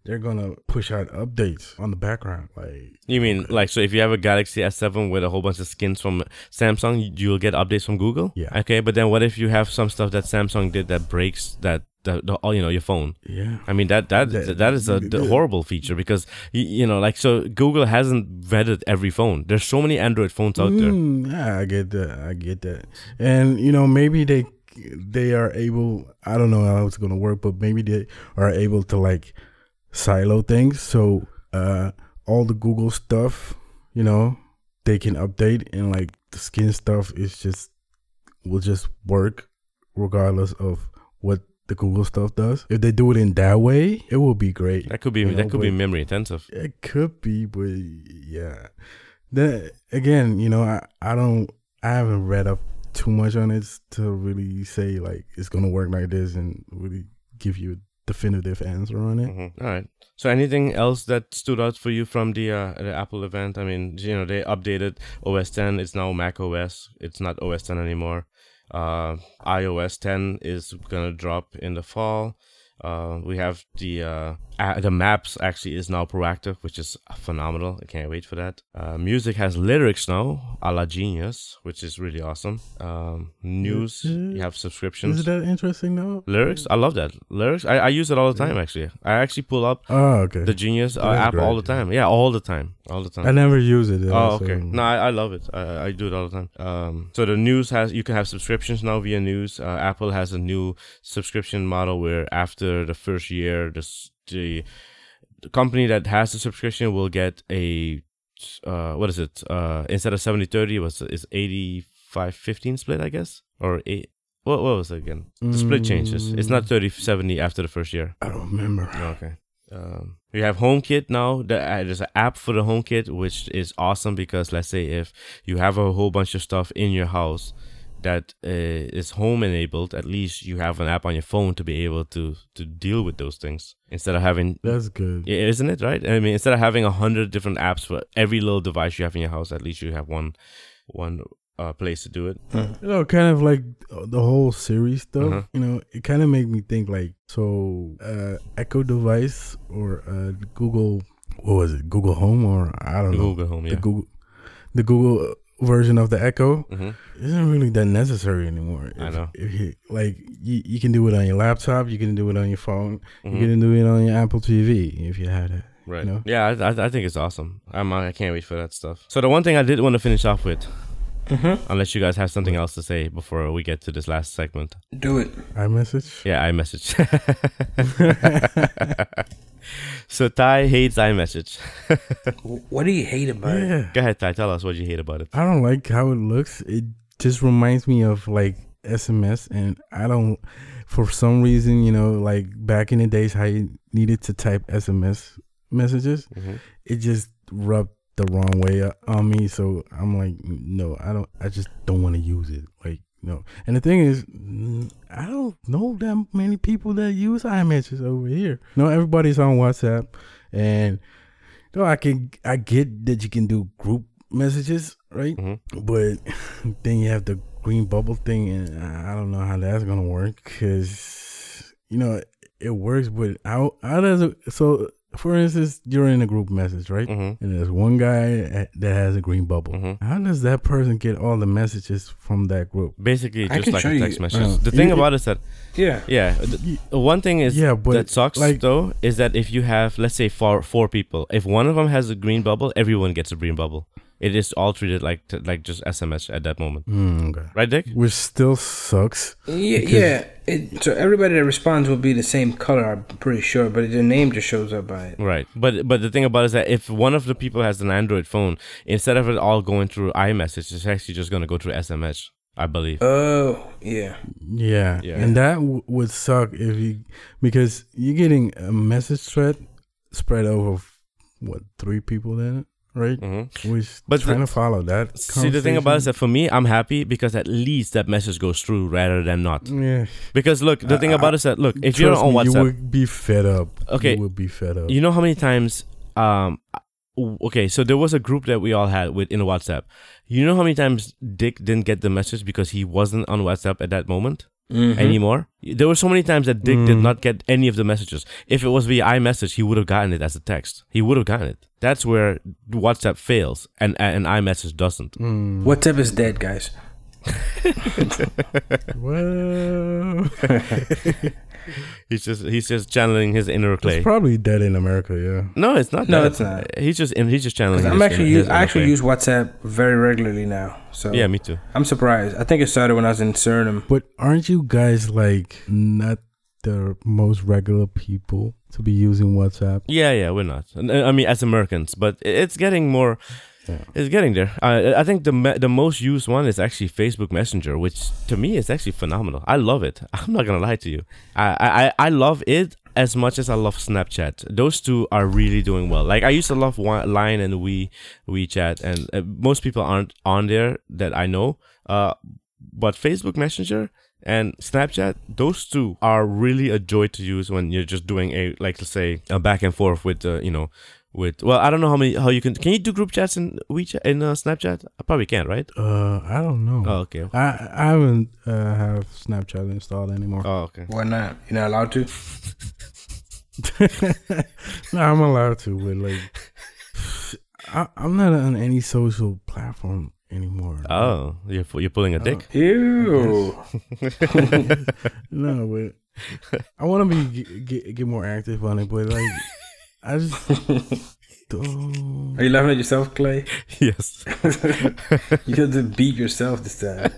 D: they're gonna push out updates on the background. Like
C: You mean like so if you have a Galaxy S7 with a whole bunch of skins from Samsung, you- you'll get updates from Google.
D: Yeah.
C: Okay, but then what if you have some stuff that Samsung did that breaks that the, the all you know your phone?
D: yeah,
C: I mean that that
D: That-
C: that is a d-
D: that-
C: horrible feature because y- you know like so Google hasn't vetted every phone. There's so many Android phones out there.
D: Mm, yeah, I get that. I get that. And you know, maybe they they are able. I don't know how it's gonna work, but maybe they are able to like silo things. So uh, all the Google stuff, you know, they can update, and like the skin stuff is just will just work regardless of what the Google stuff does. If they do it in that way, it will be great.
C: That could be
D: You know,
C: that could be
D: but-
C: memory intensive.
D: It could be, but yeah. Then again, you know, I, I don't I haven't read up too much on it to really say like it's gonna work like this and really give you a definitive answer on it.
C: Mhm. All right. So anything else that stood out for you from the uh, the Apple event? I mean, you know, they updated OS 10. It's now Mac OS. It's not OS 10 anymore. Uh, iOS 10 is gonna drop in the fall. Uh, we have the uh, a- the maps actually is now proactive, which is phenomenal. I can't wait for that. Uh, music has lyrics now, a la Genius, which is really awesome. Um, news, you have subscriptions.
D: Is that interesting though?
C: Lyrics, I love that. Lyrics, I, I use it all the time. Actually, I actually pull up
D: Oh, okay.
C: the Genius uh,
D: That's
C: app all the
D: great,
C: time. Yeah, all the time, all the
D: I
C: time.
D: never use it.
C: Oh,
D: so-
C: okay. No, I, I love it. I, I do it all the time. Um, so the news has you can have subscriptions now via news. Uh, Apple has a new subscription model where after the first year, the s- the, the company that has the subscription will get a uh, what is it? Uh, instead of 70 30, it was is 85 15 split, I guess, or eight. What, what was it again? The split changes. It's not 30 70 after the first year.
D: I don't remember.
C: Okay. Um, we have HomeKit now. The- uh, There's an app for the HomeKit, which is awesome because let's say if you have a whole bunch of stuff in your house that uh, is home enabled, at least you have an app on your phone to be able to to deal with those things instead of having.
D: That's good.
C: Yeah, Isn't it right? I mean, instead of having a hundred different apps for every little device you have in your house, at least you have one, one uh, place to do it.
D: you know, kind of like the whole series stuff.
C: Mhm.
D: You know, it kind of made me think like, so uh, Echo device or uh, Google, what was it? Google Home or I don't know
C: Google Home,
D: the
C: yeah.
D: Google, the Google version of the Echo
C: hmm
D: isn't really that necessary anymore.
C: I
D: If-
C: know.
D: If you, like you, you can do it on your laptop, you can do it on your phone,
C: Mm-hmm.
D: you can do it on your Apple TV if you had it.
C: Right.
D: know?
C: Yeah, I, I, I think it's awesome. I'm, I can't wait for that stuff. So the one thing I did want to finish off with,
D: Mm-hmm.
C: unless you guys have something else to say before we get to this last segment.
E: Do it.
D: iMessage.
C: Yeah, iMessage. so Ty hates iMessage.
E: W- What do you hate about it?
D: Yeah.
C: Go ahead, Ty. Tell us what you hate about it.
D: I don't like how it looks. It just reminds me of like SMS, and I don't, for some reason, you know, like back in the days, how you needed to type SMS messages,
C: Mhm.
D: it just rubbed the wrong way uh, on me. So I'm like, no, I don't. I just don't want to use it. Like, no. And the thing is, mm, I don't know that many people that use iMessages over here. No, everybody's on WhatsApp, and no, I can. I get that you can do group messages, right? But then you have the green bubble thing, and I I don't know how that's gonna work because you know it works, but how how does it? So, for instance, you're in a group message, right? And there's one guy that has a green bubble. How does that person get all the messages from that group?
C: Basically,
E: I
C: just
E: can
C: like
E: show
C: a
E: you-
C: text message.
D: Uh,
C: the thing
D: you-
C: about it is that
E: Yeah.
C: Yeah. th- one thing is
D: Yeah, but,
C: that sucks
D: like-
C: though is that if you have let's say four four people, if one of them has a green bubble, everyone gets a green bubble. It is all treated like t- like just SMS at that moment,
D: Mm, okay.
C: right, Dick?
D: Which still sucks.
E: Yeah,
D: Because-
E: yeah. It, so everybody that responds will be the same color, I'm pretty sure, but their name just shows up by it.
C: Right. But but the thing about it is that if one of the people has an Android phone, instead of it all going through iMessage, it's actually just gonna go through SMS, I
D: Uh,
C: believe.
E: Oh, yeah.
D: Yeah.
C: Yeah.
D: And that w- would suck if you, because you're getting a message thread spread over, f- what, three people then, right?
C: Mhm.
D: Which,
C: But
D: but
C: the-
D: trying to follow that.
C: See the thing about it is
D: conversation-
C: that for me, I'm happy because at least that message goes through rather than not.
D: Yeah.
C: Because look, the thing
D: I-
C: about it is that look, if you're
D: Trust
C: on
D: me,
C: WhatsApp,
D: you would be fed up.
C: Okay.
D: You would be fed up.
C: You know how many times? Um, w- okay, so there was a group that we all had with in WhatsApp. You know how many times Dick didn't get the message because he wasn't on WhatsApp at that moment
E: Mm-hmm.
C: anymore. There were so many times that Dick did not get any of the messages. If it was via iMessage, he would have gotten it as a text. He would have gotten it. That's where WhatsApp fails and and iMessage doesn't.
E: WhatsApp is dead, guys.
D: Well,
C: He's just he's just channeling his inner Clay.
D: it's probably dead in America, yeah.
C: no, it's not.
E: No,
C: that.
E: it's not.
C: He's just and he's just channeling.
E: I'm
C: his
E: actually
C: inner-
E: use,
C: his
E: I
C: inner
E: actually
C: Clay.
E: use WhatsApp very regularly now. So
C: Yeah, me too.
E: I'm surprised. I think it started when I was in Suriname.
D: But aren't you guys like not the most regular people to be using WhatsApp?
C: Yeah, yeah, we're not. N- I mean, as Americans, but i- it's getting more. It's getting there. Uh, I think the me- the most used one is actually Facebook Messenger, which to me is actually phenomenal. I love it. I'm not gonna lie to you. I I, I- I love it as much as I love Snapchat. Those two are really doing well. Like I used to love one, Line and We WeChat, and uh, most people aren't on there that I know. Uh, but Facebook Messenger and Snapchat, those two are really a joy to use when you're just doing a like let's say a back and forth with uh, you know with well I don't know how many how you can can you do group chats in WeChat in uh, Snapchat? I probably can, right?
D: Uh, I don't know.
C: Oh okay.
D: I I haven't uh, have Snapchat installed anymore.
C: Oh okay.
E: Why not? You're not allowed to?
D: no, I'm allowed to, but like, I, I'm not on any social platform anymore.
C: Oh, you're pu- you're pulling a dick.
E: Ew.
D: no, but I want to be get, get, get more active on it, but like, I just don't.
E: Are you laughing at yourself, Clay?
C: Oh. yes.
E: You have to beat yourself this time.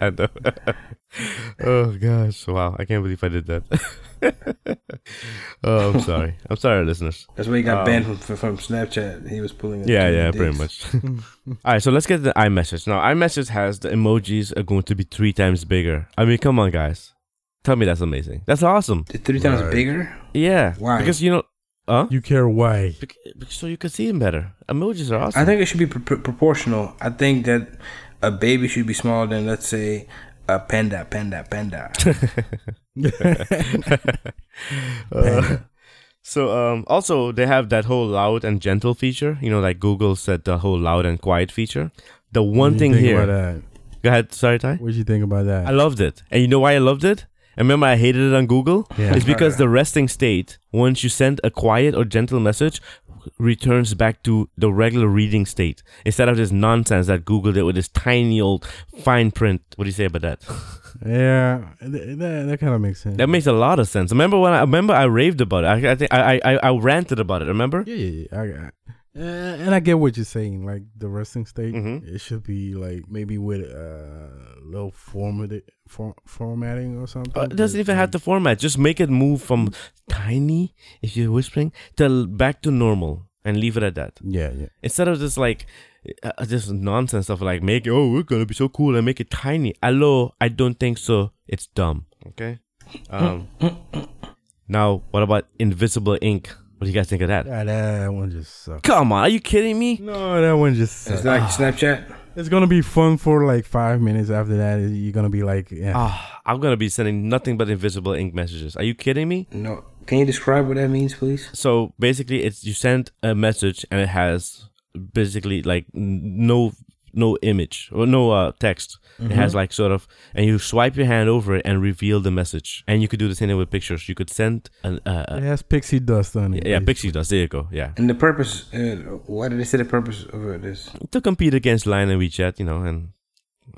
C: I know. oh gosh, wow! I can't believe I did that. oh, I'm sorry. I'm sorry, listeners.
E: That's why he got banned from, from, from Snapchat. He was pulling. a-
C: Oh. Yeah, yeah,
E: dicks.
C: pretty much. All right, so let's get to the iMessage. Now, iMessage has the emojis are going to be three times bigger. I mean, come on, guys. Tell me that's amazing. That's awesome.
E: They're Three times
D: Right.
E: bigger.
C: Yeah.
E: Why?
C: Because, you know, huh?
D: You care why?
C: Bec- bec- so you can see them better. Emojis are awesome.
E: I think it should be pr- pr- proportional. I think that a baby should be smaller than, let's say, a panda, panda, panda.
C: Uh, so um, also they have that whole loud and gentle feature. You know, like Google said, the whole loud and quiet feature. The one
D: What do you
C: thing
D: think
C: here.
D: About that?
C: Go ahead. Sorry, Ty.
D: What do you think about that?
C: I loved it. And you know why I loved it? And remember I hated it on Google?
D: Yeah.
C: It's because the resting state, once you send a quiet or gentle message, returns back to the regular reading state instead of this nonsense that Google did with this tiny old fine print. What do you say about that?
D: yeah, th- that, that kind of makes sense.
C: that makes a lot of sense. Remember when I remember I raved about it. I, I think I, I I- I ranted about it. Remember?
D: Yeah, yeah, yeah. I, I, uh, and I get what you're saying. Like the resting state, it should be like maybe with a uh, little format for, formatting or something.
C: Uh, it doesn't even have to format. Just make it move from tiny, if you're whispering, to l- back to normal, and leave it at that.
D: Yeah, yeah.
C: instead of just like uh, uh, this nonsense of like make it oh we're gonna be so cool and make it tiny hello i don't think so it's dumb okay um now what about invisible ink What do you guys think of that?
D: Yeah, that one just sucks.
C: Come on, are you kidding me?
D: No, that one just
E: It's
D: sucks.
E: like Snapchat.
D: It's gonna be fun for like five minutes. After that, you're gonna be like, yeah.
C: Ah, I'm gonna be sending nothing but invisible ink messages. Are you kidding me?
E: No. Can you describe what that means, please?
C: So basically, it's you send a message and it has basically like n- no no image or no uh, text. It has like sort of, and you swipe your hand over it and reveal the message. And you could do the same thing with pictures. You could send an uh, uh,
D: it has pixie dust on it.
C: yeah,
D: basically.
C: pixie does. There you go. Yeah,
E: And the purpose. Uh, why did they say the purpose of it is?
C: to compete against Line and WeChat, you know, and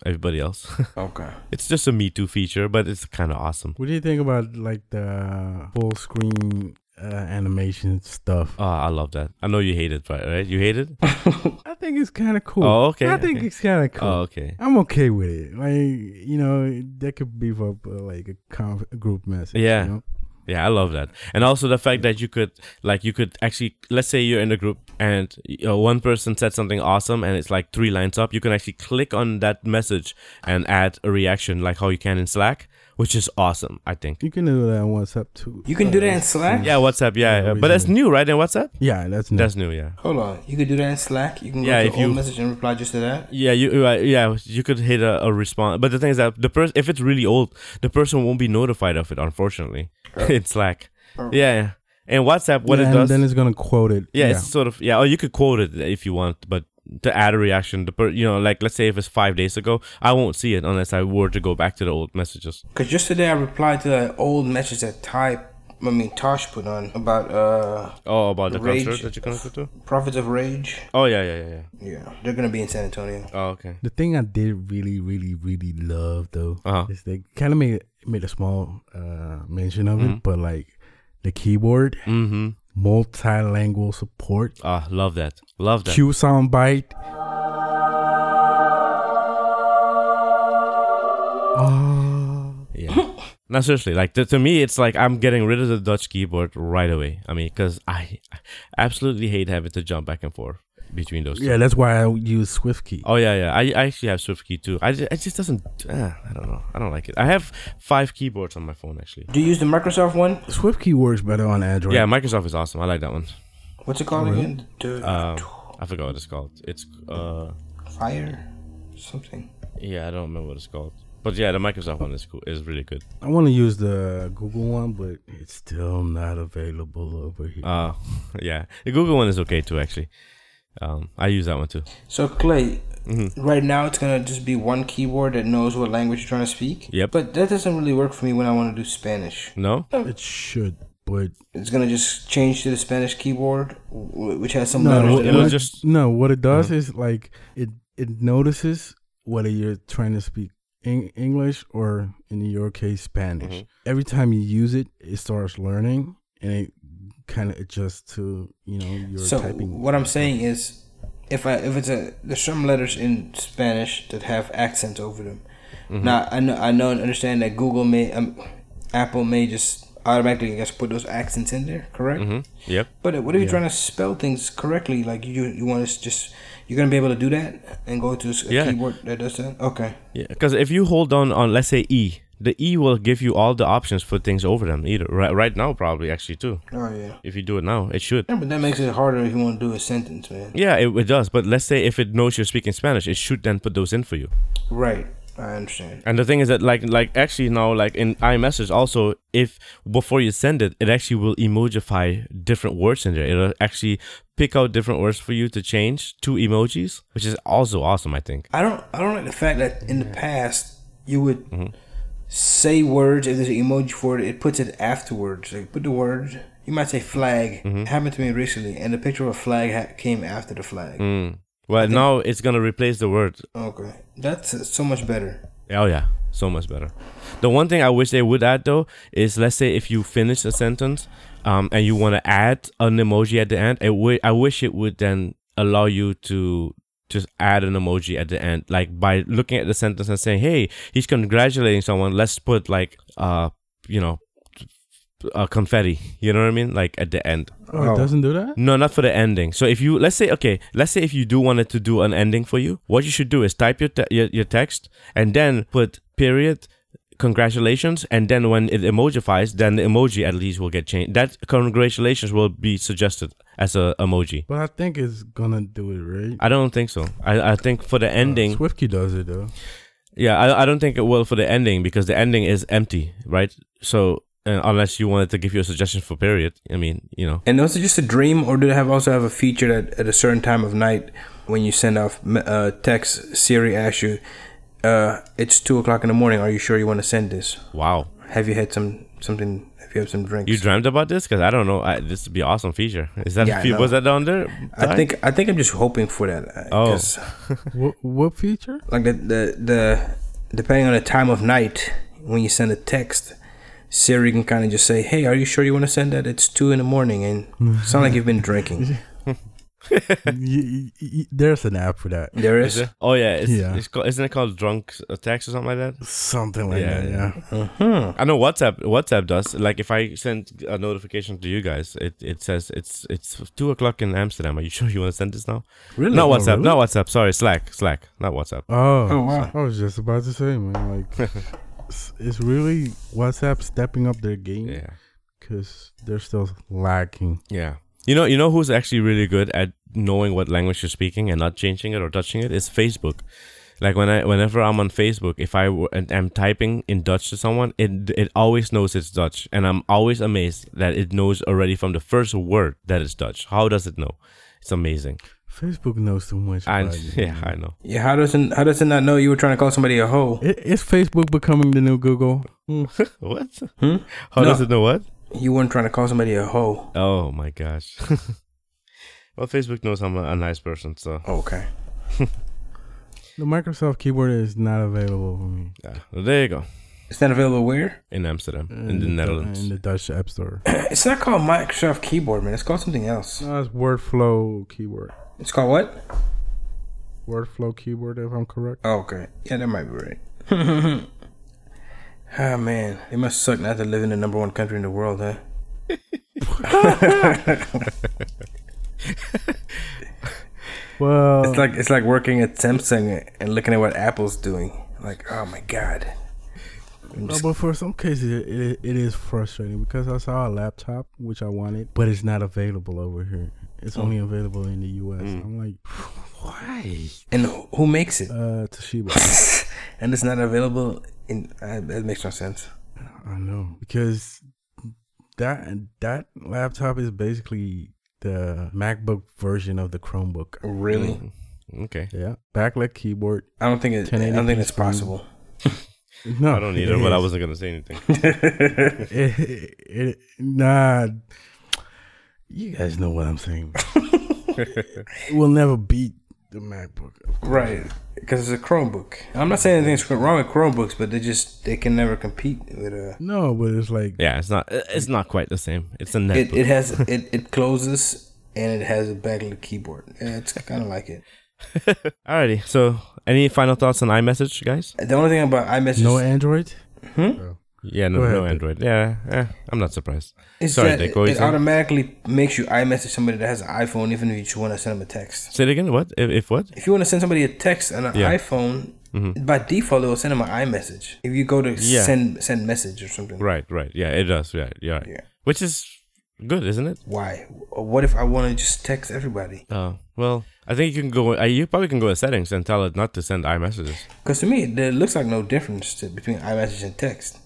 C: everybody else.
E: Okay.
C: it's just a Me Too feature, but it's kind of awesome.
D: What do you think about like the full screen uh, animation stuff?
C: Oh, I love that. I know you hate it, right? right? You hate it?
D: I think it's kind of cool.
C: Oh, okay,
D: I think
C: okay.
D: it's kind of cool.
C: Oh, okay.
D: I'm okay with it. Like you know, that could beef up uh, like a conf- group message.
C: Yeah.
D: You know?
C: Yeah, I love that. And also the fact that you could, like, you could actually, let's say you're in a group and you know, one person said something awesome and it's like three lines up. You can actually click on that message and add a reaction, like how you can in Slack, which is awesome, I think.
D: You can do that on WhatsApp too.
E: You can do that in Slack.
C: Yeah, WhatsApp. Yeah,
D: Yeah,
C: but that's
D: originally.
C: new, right? In WhatsApp?
D: Yeah, that's nice.
C: That's new, yeah.
E: Hold on. You could do that in Slack. You can
C: Yeah,
E: go
C: if
E: to the old
C: you-
E: message and reply just to that.
C: Yeah, you uh, yeah you could hit a, a response, but the thing is that the person if it's really old, the person won't be notified of it. Unfortunately, in Slack, yeah, yeah. and WhatsApp, what
D: yeah,
C: it
D: and
C: does,
D: then it's gonna quote it.
C: yeah, it's sort of yeah. Or you could quote it if you want, but to add a reaction, the per, you know, like let's say if it's five days ago, I won't see it unless I were to go back to the old messages.
E: Cause just today I replied to an old message that Ty, I mean Tosh, put on about uh
C: Oh, about the
E: Rage.
C: concert that you're gonna go to?
E: Prophets of Rage.
C: Oh yeah, yeah, yeah, yeah.
E: Yeah, they're gonna be in San Antonio.
C: Oh okay.
D: The thing I did really, really, really love though
C: Uh-huh.
D: is they kind of made made a small uh, mention of it, but like the keyboard
C: Mm-hmm.
D: multilingual support,
C: Ah, love that. Love that.
D: Q soundbite.
C: Yeah. no, seriously. Like to, to me, it's like I'm getting rid of the Dutch keyboard right away. I mean, because I I absolutely hate having to jump back and forth between those. two.
D: Yeah, that's why I use SwiftKey.
C: Oh yeah, yeah. I, I actually have SwiftKey too. I ju- it just doesn't. Uh, I don't know. I don't like it. I have five keyboards on my phone actually.
E: Do you use the Microsoft one?
D: SwiftKey works better on Android.
C: Yeah, Microsoft is awesome. I like that one.
E: What's it called again? The
C: Um, I forgot what it's called. It's uh,
E: Fire, something.
C: yeah, I don't remember what it's called. But yeah, the Microsoft one is cool. Is really good.
D: I want to use the Google one, but it's still not available over here.
C: Uh, yeah, the Google one is okay too actually. Um, I use that one too.
E: So Clay, right now it's gonna just be one keyboard that knows what language you're trying to speak.
C: Yep.
E: But that doesn't really work for me when I want to do Spanish.
C: No.
D: it should, but
E: It's gonna just change to the Spanish keyboard, wh- which has some
D: no,
E: letters.
D: what,
E: in
C: it'll
E: it.
D: what-
C: just-
D: no. What it does is like it it notices whether you're trying to speak in English or, in your case, Spanish. Every time you use it, it starts learning and it kind of adjusts to you know your
E: So
D: typing.
E: what I'm saying is, if I if it's a there's some letters in Spanish that have accents over them. Now I know I know and understand that Google may um, Apple may just automatically I guess put those accents in there, correct?
C: hmm Yep.
E: But what if you're trying to spell things correctly? Like you you want to just you're gonna be able to do that and go to a
C: Yeah.
E: keyboard that does that. Okay.
C: Yeah, because if you hold on on let's say E, the E will give you all the options for things over them. Either right, right now probably actually too.
E: Oh yeah.
C: If you do it now, it should.
E: Yeah, but that makes it harder if you want to do a sentence, man.
C: Yeah, it, it does. But let's say if it knows you're speaking Spanish, it should then put those in for you.
E: Right. I understand.
C: And the thing is that like like actually now like in iMessage also if before you send it, it actually will emojify different words in there. It'll actually pick out different words for you to change to emojis, which is also awesome. I think.
E: I don't I don't like the fact that in the past you would
C: Mm-hmm.
E: say words if there's an emoji for it, it puts it afterwards. Like put the word. You might say flag.
C: Mm-hmm.
E: It happened to me recently, and the picture of a flag ha- came after the flag.
C: Mm. Well, now it's gonna replace the word
E: Okay, that's uh, so much better.
C: Oh yeah, so much better. The one thing I wish they would add though is let's say if you finish a sentence, um, and you want to add an emoji at the end, I wi- I wish it would then allow you to just add an emoji at the end, like by looking at the sentence and saying, "Hey, he's congratulating someone." Let's put like uh, you know, uh, confetti. You know what I mean? Like at the end.
D: oh, it doesn't do that.
C: No, not for the ending. So if you let's say okay, let's say if you do wanted to do an ending for you, what you should do is type your te- your, your text and then put period congratulations, and then when it emojifies, then the emoji at least will get changed. That congratulations will be suggested as a emoji.
D: But I think it's gonna do it right.
C: I don't think so. I, I think for the ending,
D: Swiftkey does it though.
C: yeah, I, I don't think it will for the ending because the ending is empty, right? So uh, unless you wanted to give you a suggestion for period, I mean, you know,
E: And was it just a dream, or do they have also have a feature that at a certain time of night, when you send off me- uh, text, Siri asks you, uh, "It's two o'clock in the morning. Are you sure you want to send this?
C: wow,
E: Have you had some something? Have you had some drinks?"
C: you dreamt about this because I don't know. I, this would be awesome feature. Is that
E: Yeah, I
C: fe-
E: know.
C: was that down there?
E: I think I think I'm just hoping for that. uh,
C: Oh.
E: 'cause,
D: what, what feature?
E: like the, the the depending on the time of night when you send a text, Siri can kind of just say, "Hey, are you sure you want to send that? It's two in the morning, and sound like you've been drinking."
D: Y- y- y- there's an app for that.
E: There
C: Is
E: is.
C: it? Oh yeah, it's,
D: Yeah.
C: It's called, isn't it called drunk uh, text or something like that?
D: Something like
C: Yeah,
D: that.
C: yeah.
D: Yeah.
C: I know WhatsApp. WhatsApp does. Like if I send a notification to you guys, it, it says it's it's two o'clock in Amsterdam. Are you sure you want to send this now?
E: Really?
C: Not
D: Oh,
C: WhatsApp.
D: really?
C: Not WhatsApp. Sorry, Slack. Slack. Not WhatsApp.
D: Oh,
E: Oh, wow.
D: I was just about to say, man. Like, it's, it's really WhatsApp stepping up their game
E: Mm.
C: Yeah.
D: because they're still lacking.
C: Yeah. You know, you know who's actually really good at knowing what language you're speaking and not changing it or touching it is Facebook. Like when I, whenever I'm on Facebook, if I w- and am typing in Dutch to someone, it it always knows it's Dutch, and I'm always amazed that it knows already from the first word that it's Dutch. How does it know? It's amazing.
D: Facebook knows too much.
C: And
D: about you,
C: yeah,
D: man.
C: I know.
E: Yeah, how doesn't how does it not know you were trying to call somebody a hoe?
D: I- Is Facebook becoming the new Google?
C: What? How
E: No.
C: does it know what?
E: You weren't trying to call somebody a hoe.
C: Oh my gosh. well, Facebook knows I'm a, a nice person, so
E: Okay.
D: The Microsoft keyboard is not available for me
C: yeah. there you go.
E: It's not available where?
C: In Amsterdam, in the Netherlands.
D: in the Dutch App Store.
E: It's not called Microsoft Keyboard, man. It's called something else.
D: no, it's WordFlow keyboard.
E: It's called what?
D: WordFlow keyboard, if I'm correct.
E: Oh, okay. Yeah, that might be right. Ah man, it must suck not to live in the number one country in the world, huh?
D: Well,
E: It's like it's like working at Samsung and looking at what Apple's doing. Like, oh my god. I'm
D: No,
E: just-
D: but for some cases, it, it, it is frustrating because I saw a laptop which I wanted, but it's not available over here. It's only
C: Oh.
D: available in the U.S.
C: Mm.
D: I'm like, why?
E: and who makes it?
D: Uh, Toshiba.
E: and it's not available. In uh, that makes no sense.
D: I know because that that laptop is basically the MacBook version of the Chromebook.
E: Really,
C: Okay.
D: Yeah, backlit keyboard.
E: Mm. I don't think it. I don't
D: 1080p
E: think it's
D: screen.
E: possible.
D: No,
C: I don't
D: it
C: either, but I
D: is.
C: wasn't gonna say anything.
D: It, it, it, nah, you guys know what I'm saying. it will never beat the MacBook.
E: Right, because it's a Chromebook. I'm not saying anything's wrong with Chromebooks, but they just they can never compete with uh, a.
D: No, but it's like
C: yeah, it's not. It's not quite the same. It's a
E: It,
C: netbook.
E: it has it, it closes and it has a backlit keyboard. Yeah, it's kind of like it.
C: Alrighty. So, any final thoughts on iMessage, guys?
E: The only thing about iMessage
C: eh,
D: no Android.
C: Yeah, no,
D: Go ahead,
C: no
D: Dick.
C: Android. Yeah, eh, I'm not surprised.
E: is
C: Sorry,
E: that
C: Dick. What were you
E: it
C: saying?
E: automatically makes you iMessage somebody that has an iPhone, even if you just want to send them a text.
C: Say it again. What? If, if what?
E: If you want to send somebody a text on an
C: Yeah. Mm-hmm.
E: iPhone, by default it will send them an iMessage. If you go to
C: Yeah.
E: send send message or something,
C: Right, right. Yeah, it does. Yeah, yeah. Right.
E: Yeah.
C: Which is good, isn't it?
E: why? Or What if I want to just text everybody?
C: Uh, well, I think you can go. Uh, you probably can go to settings and tell it not to send iMessages.
E: Because to me, there looks like no difference to, between iMessage and text.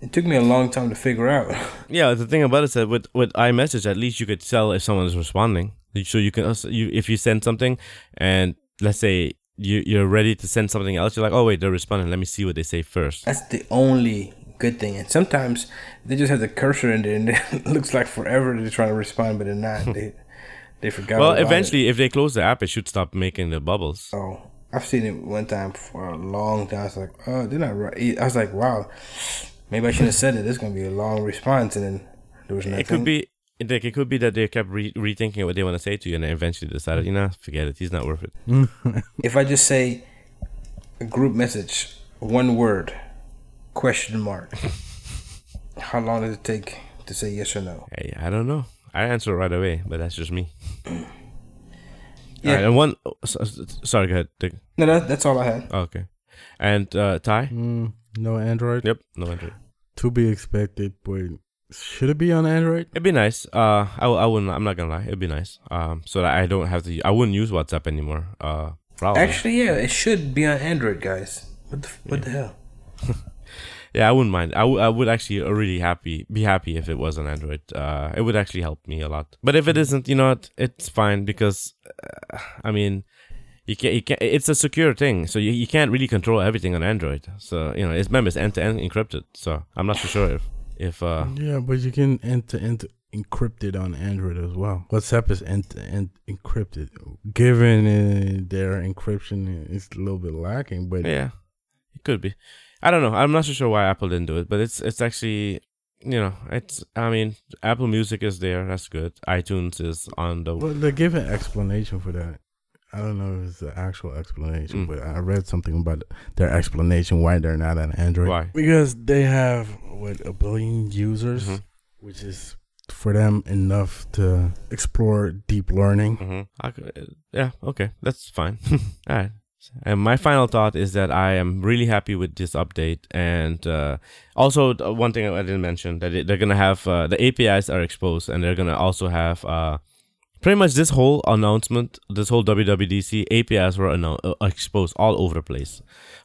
E: It took me a long time to figure out.
C: Yeah, the thing about it is that with with iMessage, at least you could tell if someone is responding. So you can also, you if you send something, and let's say you you're ready to send something else, you're like, oh wait, they're responding. Let me see what they say first.
E: That's the only good thing. And sometimes they just have the cursor in there, and it looks like forever they're trying to respond, but they're not. they they forgot.
C: Hmm. Well,
E: about it.
C: eventually, if they close the app, it should stop making the bubbles.
E: So I've seen it one time for a long time. I was like, oh, they're not right. I was like, wow, maybe I should have said it. This is gonna be a long response, and then there was nothing.
C: It could be like it could be that they kept re- rethinking what they want to say to you, and then eventually decided, you know, forget it. He's not worth it.
E: if I just say a group message, one word, question mark. How long does it take to say yes or no?
C: Hey, I don't know. I answer right away, but that's just me.
E: Yeah.
C: Alright, and one, oh, so- so- sorry, go ahead. Dick.
E: No, that, that's all I had.
C: Okay. And uh, Ty,
D: Mm, No Android.
C: Yep, no Android.
D: To be expected, but should it be on Android?
C: It'd be nice. Uh, I, w- I wouldn't. I'm not gonna lie. It'd be nice. Um, so that I don't have to. I wouldn't use WhatsApp anymore. Uh, probably.
E: Actually, yeah, it should be on Android, guys. What the f- what the hell?
C: yeah, I wouldn't mind. I, w- I would actually really happy be happy if it was on Android. Uh, it would actually help me a lot. But if it isn't, you know what? It's fine because, uh, I mean, you can not you can not It's a secure thing, so you, you can't really control everything on Android. So you know, it's remember it's end to end encrypted. So I'm not so sure if if uh,
D: Yeah, but you can end to end encrypted on Android as well. WhatsApp is end to end encrypted. Given uh, their encryption is a little bit lacking, but
C: Yeah, it could be. I don't know. I'm not so sure why Apple didn't do it, but it's it's actually you know it's I mean Apple Music is there. That's good. iTunes is on the
D: Well, they give an explanation for that. I don't know if it's the actual explanation,
C: Mm.
D: but I read something about their explanation why they're not on Android.
C: Why?
D: Because they have what a billion users,
C: Mhm.
D: which is for them enough to explore deep learning.
C: hmm I could, yeah, okay, that's fine. All right. And my final thought is that I am really happy with this update, and uh, also uh, one thing I didn't mention that it- they're gonna have uh, the APIs are exposed, and they're gonna also have uh, pretty much this whole announcement, this whole WWDC APIs were annou- uh, exposed all over the place,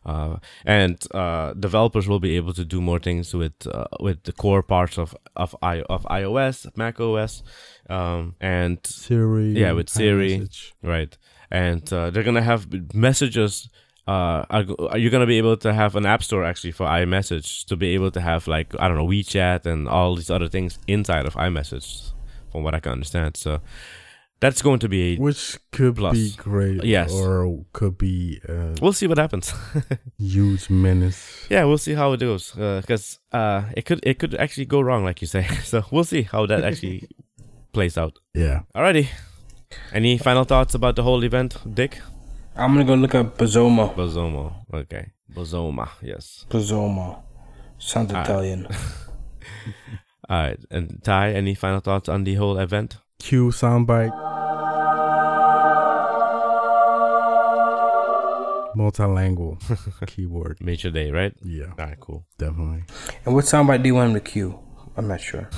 C: uh, and uh, developers will be able to do more things with uh, with the core parts of of, I- of iOS, Mac OS, um, and
D: Siri,
C: Yeah, with Siri.
D: iMessage.
C: Right. And uh, they're going to have messages. Uh, are, are you going to be able to have an app store actually for iMessage to be able to have, like, I don't know, WeChat and all these other things inside of iMessage, from what I can understand? So that's going to be.
D: which could
C: Plus.
D: be great,
C: Yes.
D: or could be a
C: We'll see what happens.
D: huge menace.
C: yeah, we'll see how it goes because uh, it could it could actually go wrong, like you say. So we'll see how that actually plays out.
D: Yeah,
C: Alrighty, any final thoughts about the whole event, Dick?
E: I'm gonna go look up Bozomo.
C: Bozomo, okay, Bozoma, yes.
E: Bozomo sounds Italian.
C: All right, Uh, and Ty, any final thoughts on the whole event?
D: Q soundbite. Multilingual keyboard.
C: Made your day, right?
D: Yeah,
C: All right, cool.
D: definitely.
E: And what soundbite do you want him to cue? I'm not sure.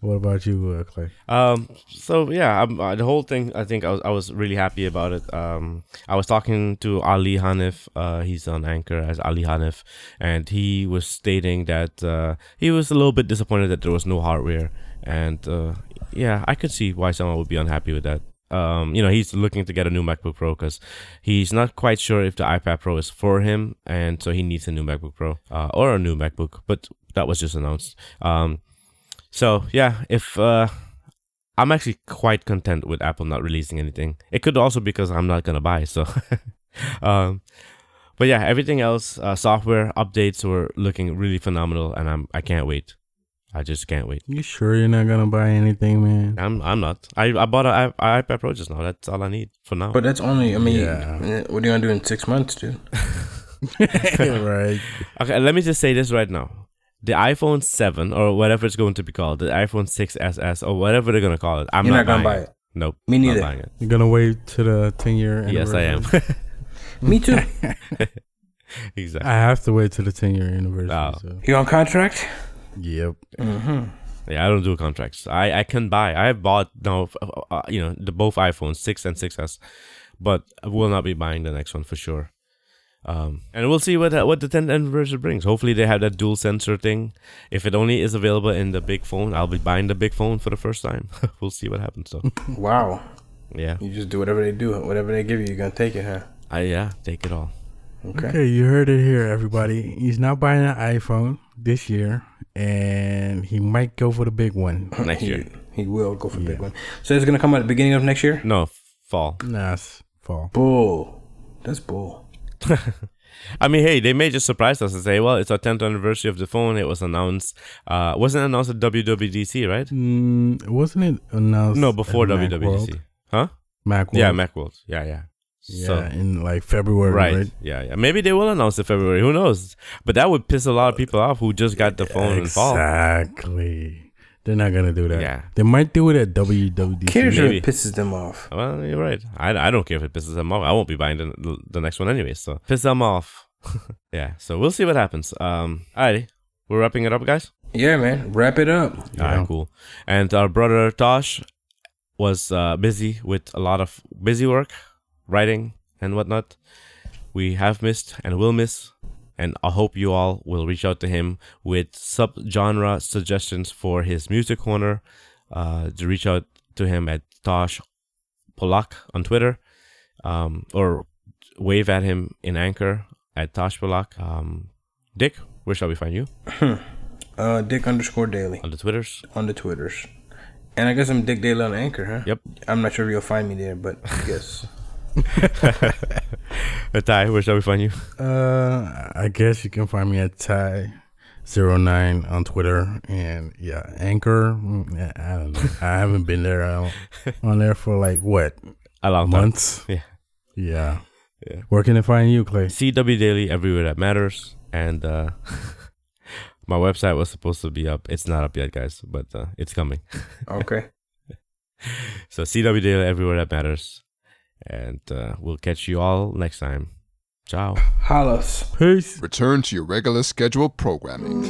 D: What about you, uh, Clay?
C: Um, so yeah, um, uh, the whole thing. I think I was, I was really happy about it. Um, I was talking to Ali Hanif. Uh, he's on anchor as Ali Hanif, and he was stating that uh, he was a little bit disappointed that there was no hardware, and uh, yeah, I could see why someone would be unhappy with that. Um, you know, he's looking to get a new MacBook Pro because he's not quite sure if the iPad Pro is for him, and so he needs a new MacBook Pro uh, or a new MacBook. But that was just announced. Um, so yeah, if uh, I'm actually quite content with Apple not releasing anything. It could also be because I'm not gonna buy. So, um, but yeah, everything else, uh, software updates were looking really phenomenal, and I'm I can't wait. I just can't wait.
D: You sure you're not gonna buy anything, man?
C: I'm I'm not. I, I bought an iPad Pro just now. That's all I need for now.
E: But that's only. I mean, eh,
D: Yeah.
E: what are you gonna do in six months, dude?
D: right.
C: Okay, let me just say this right now. The iPhone 7 or whatever it's going to be called, the iPhone 6SS or whatever they're going to call it. I'm
E: You're not gonna
C: buying
E: buy it.
C: Nope.
E: Me
C: not
E: neither.
C: buying it.
D: You're gonna wait to the ten year.
C: Yes, I am.
E: Me too.
C: exactly.
D: I have to wait to the ten year anniversary.
C: Oh.
D: So.
E: You on contract?
D: Yep.
C: Yeah, I don't do contracts. I, I can buy. I have bought now, uh, you know, the both iPhones, 6 and 6S, but I will not be buying the next one for sure. Um, and we'll see what uh, what the 10th anniversary brings. Hopefully, they have that dual sensor thing. If it only is available in the big phone, I'll be buying the big phone for the first time. we'll see what happens though.
E: Wow.
C: yeah,
E: You just do whatever they do, whatever they give you, you're gonna take it, huh?
C: I yeah, take it all.
E: Okay.
D: Okay, you heard it here, everybody. He's not buying an iPhone this year, and he might go for the big one.
C: Next
E: he,
C: year.
E: He will go for the big one. So it's gonna come out at the beginning of next year?
C: No, fall.
D: Nah, it's fall.
E: Bull. That's bull.
C: I mean, hey, they may just surprise us and say, well, it's our 10th anniversary of the phone. It was announced, uh, wasn't announced at WWDC, right?
D: Mm, wasn't it announced?
C: No, before
D: at
C: WWDC. Huh?
D: Macworld? Macworld.
C: Yeah, Macworld. Yeah, yeah.
D: Yeah,
C: So,
D: in like February,
C: right.
D: right?
C: Yeah, yeah. Maybe they will announce it February. Who knows? But that would piss a lot of people off who just got the phone in fall.
D: Exactly. They're not gonna do that.
C: Yeah.
D: They might do it at WWDC.
E: Cares
C: Maybe.
E: it pisses them off.
C: Well, you're right. I, I don't care if it pisses them off. I won't be buying the, the next one anyway. So piss them off. yeah, so we'll see what happens. Um, alrighty, we're wrapping it up, guys.
E: Yeah, man. Wrap it up.
C: All right, cool. And our brother Tosh was uh, busy with a lot of busy work, writing and whatnot. We have missed and will miss, and I hope you all will reach out to him with subgenre suggestions for his music corner. Uh, to reach out to him at Tosh Polak on Twitter, um, or wave at him in Anchor at Tosh Polak. Um, Dick, where shall we find you
E: Uh, Dick underscore daily
C: on the Twitters?
E: on the Twitters. And I guess I'm Dick Daily on Anchor, huh?
C: Yep.
E: I'm not sure if you'll find me there, but yes.
C: Ty, where shall we find you?
D: Uh, I guess you can find me at Ty09 on Twitter and yeah, Anchor. Mm, yeah, I don't know. I haven't been there I don't- on there for like what
C: A long time.
D: months.
C: Yeah.
D: Yeah.
C: Yeah.
D: Where can I find you, Clay?
C: CW Daily everywhere that matters, and uh, my website was supposed to be up. It's not up yet, guys, but uh, it's coming.
E: Okay.
C: So CW Daily everywhere that matters, and uh, we'll catch you all next time. Ciao.
E: Hollis.
D: Peace.
B: Return to your regular scheduled programming.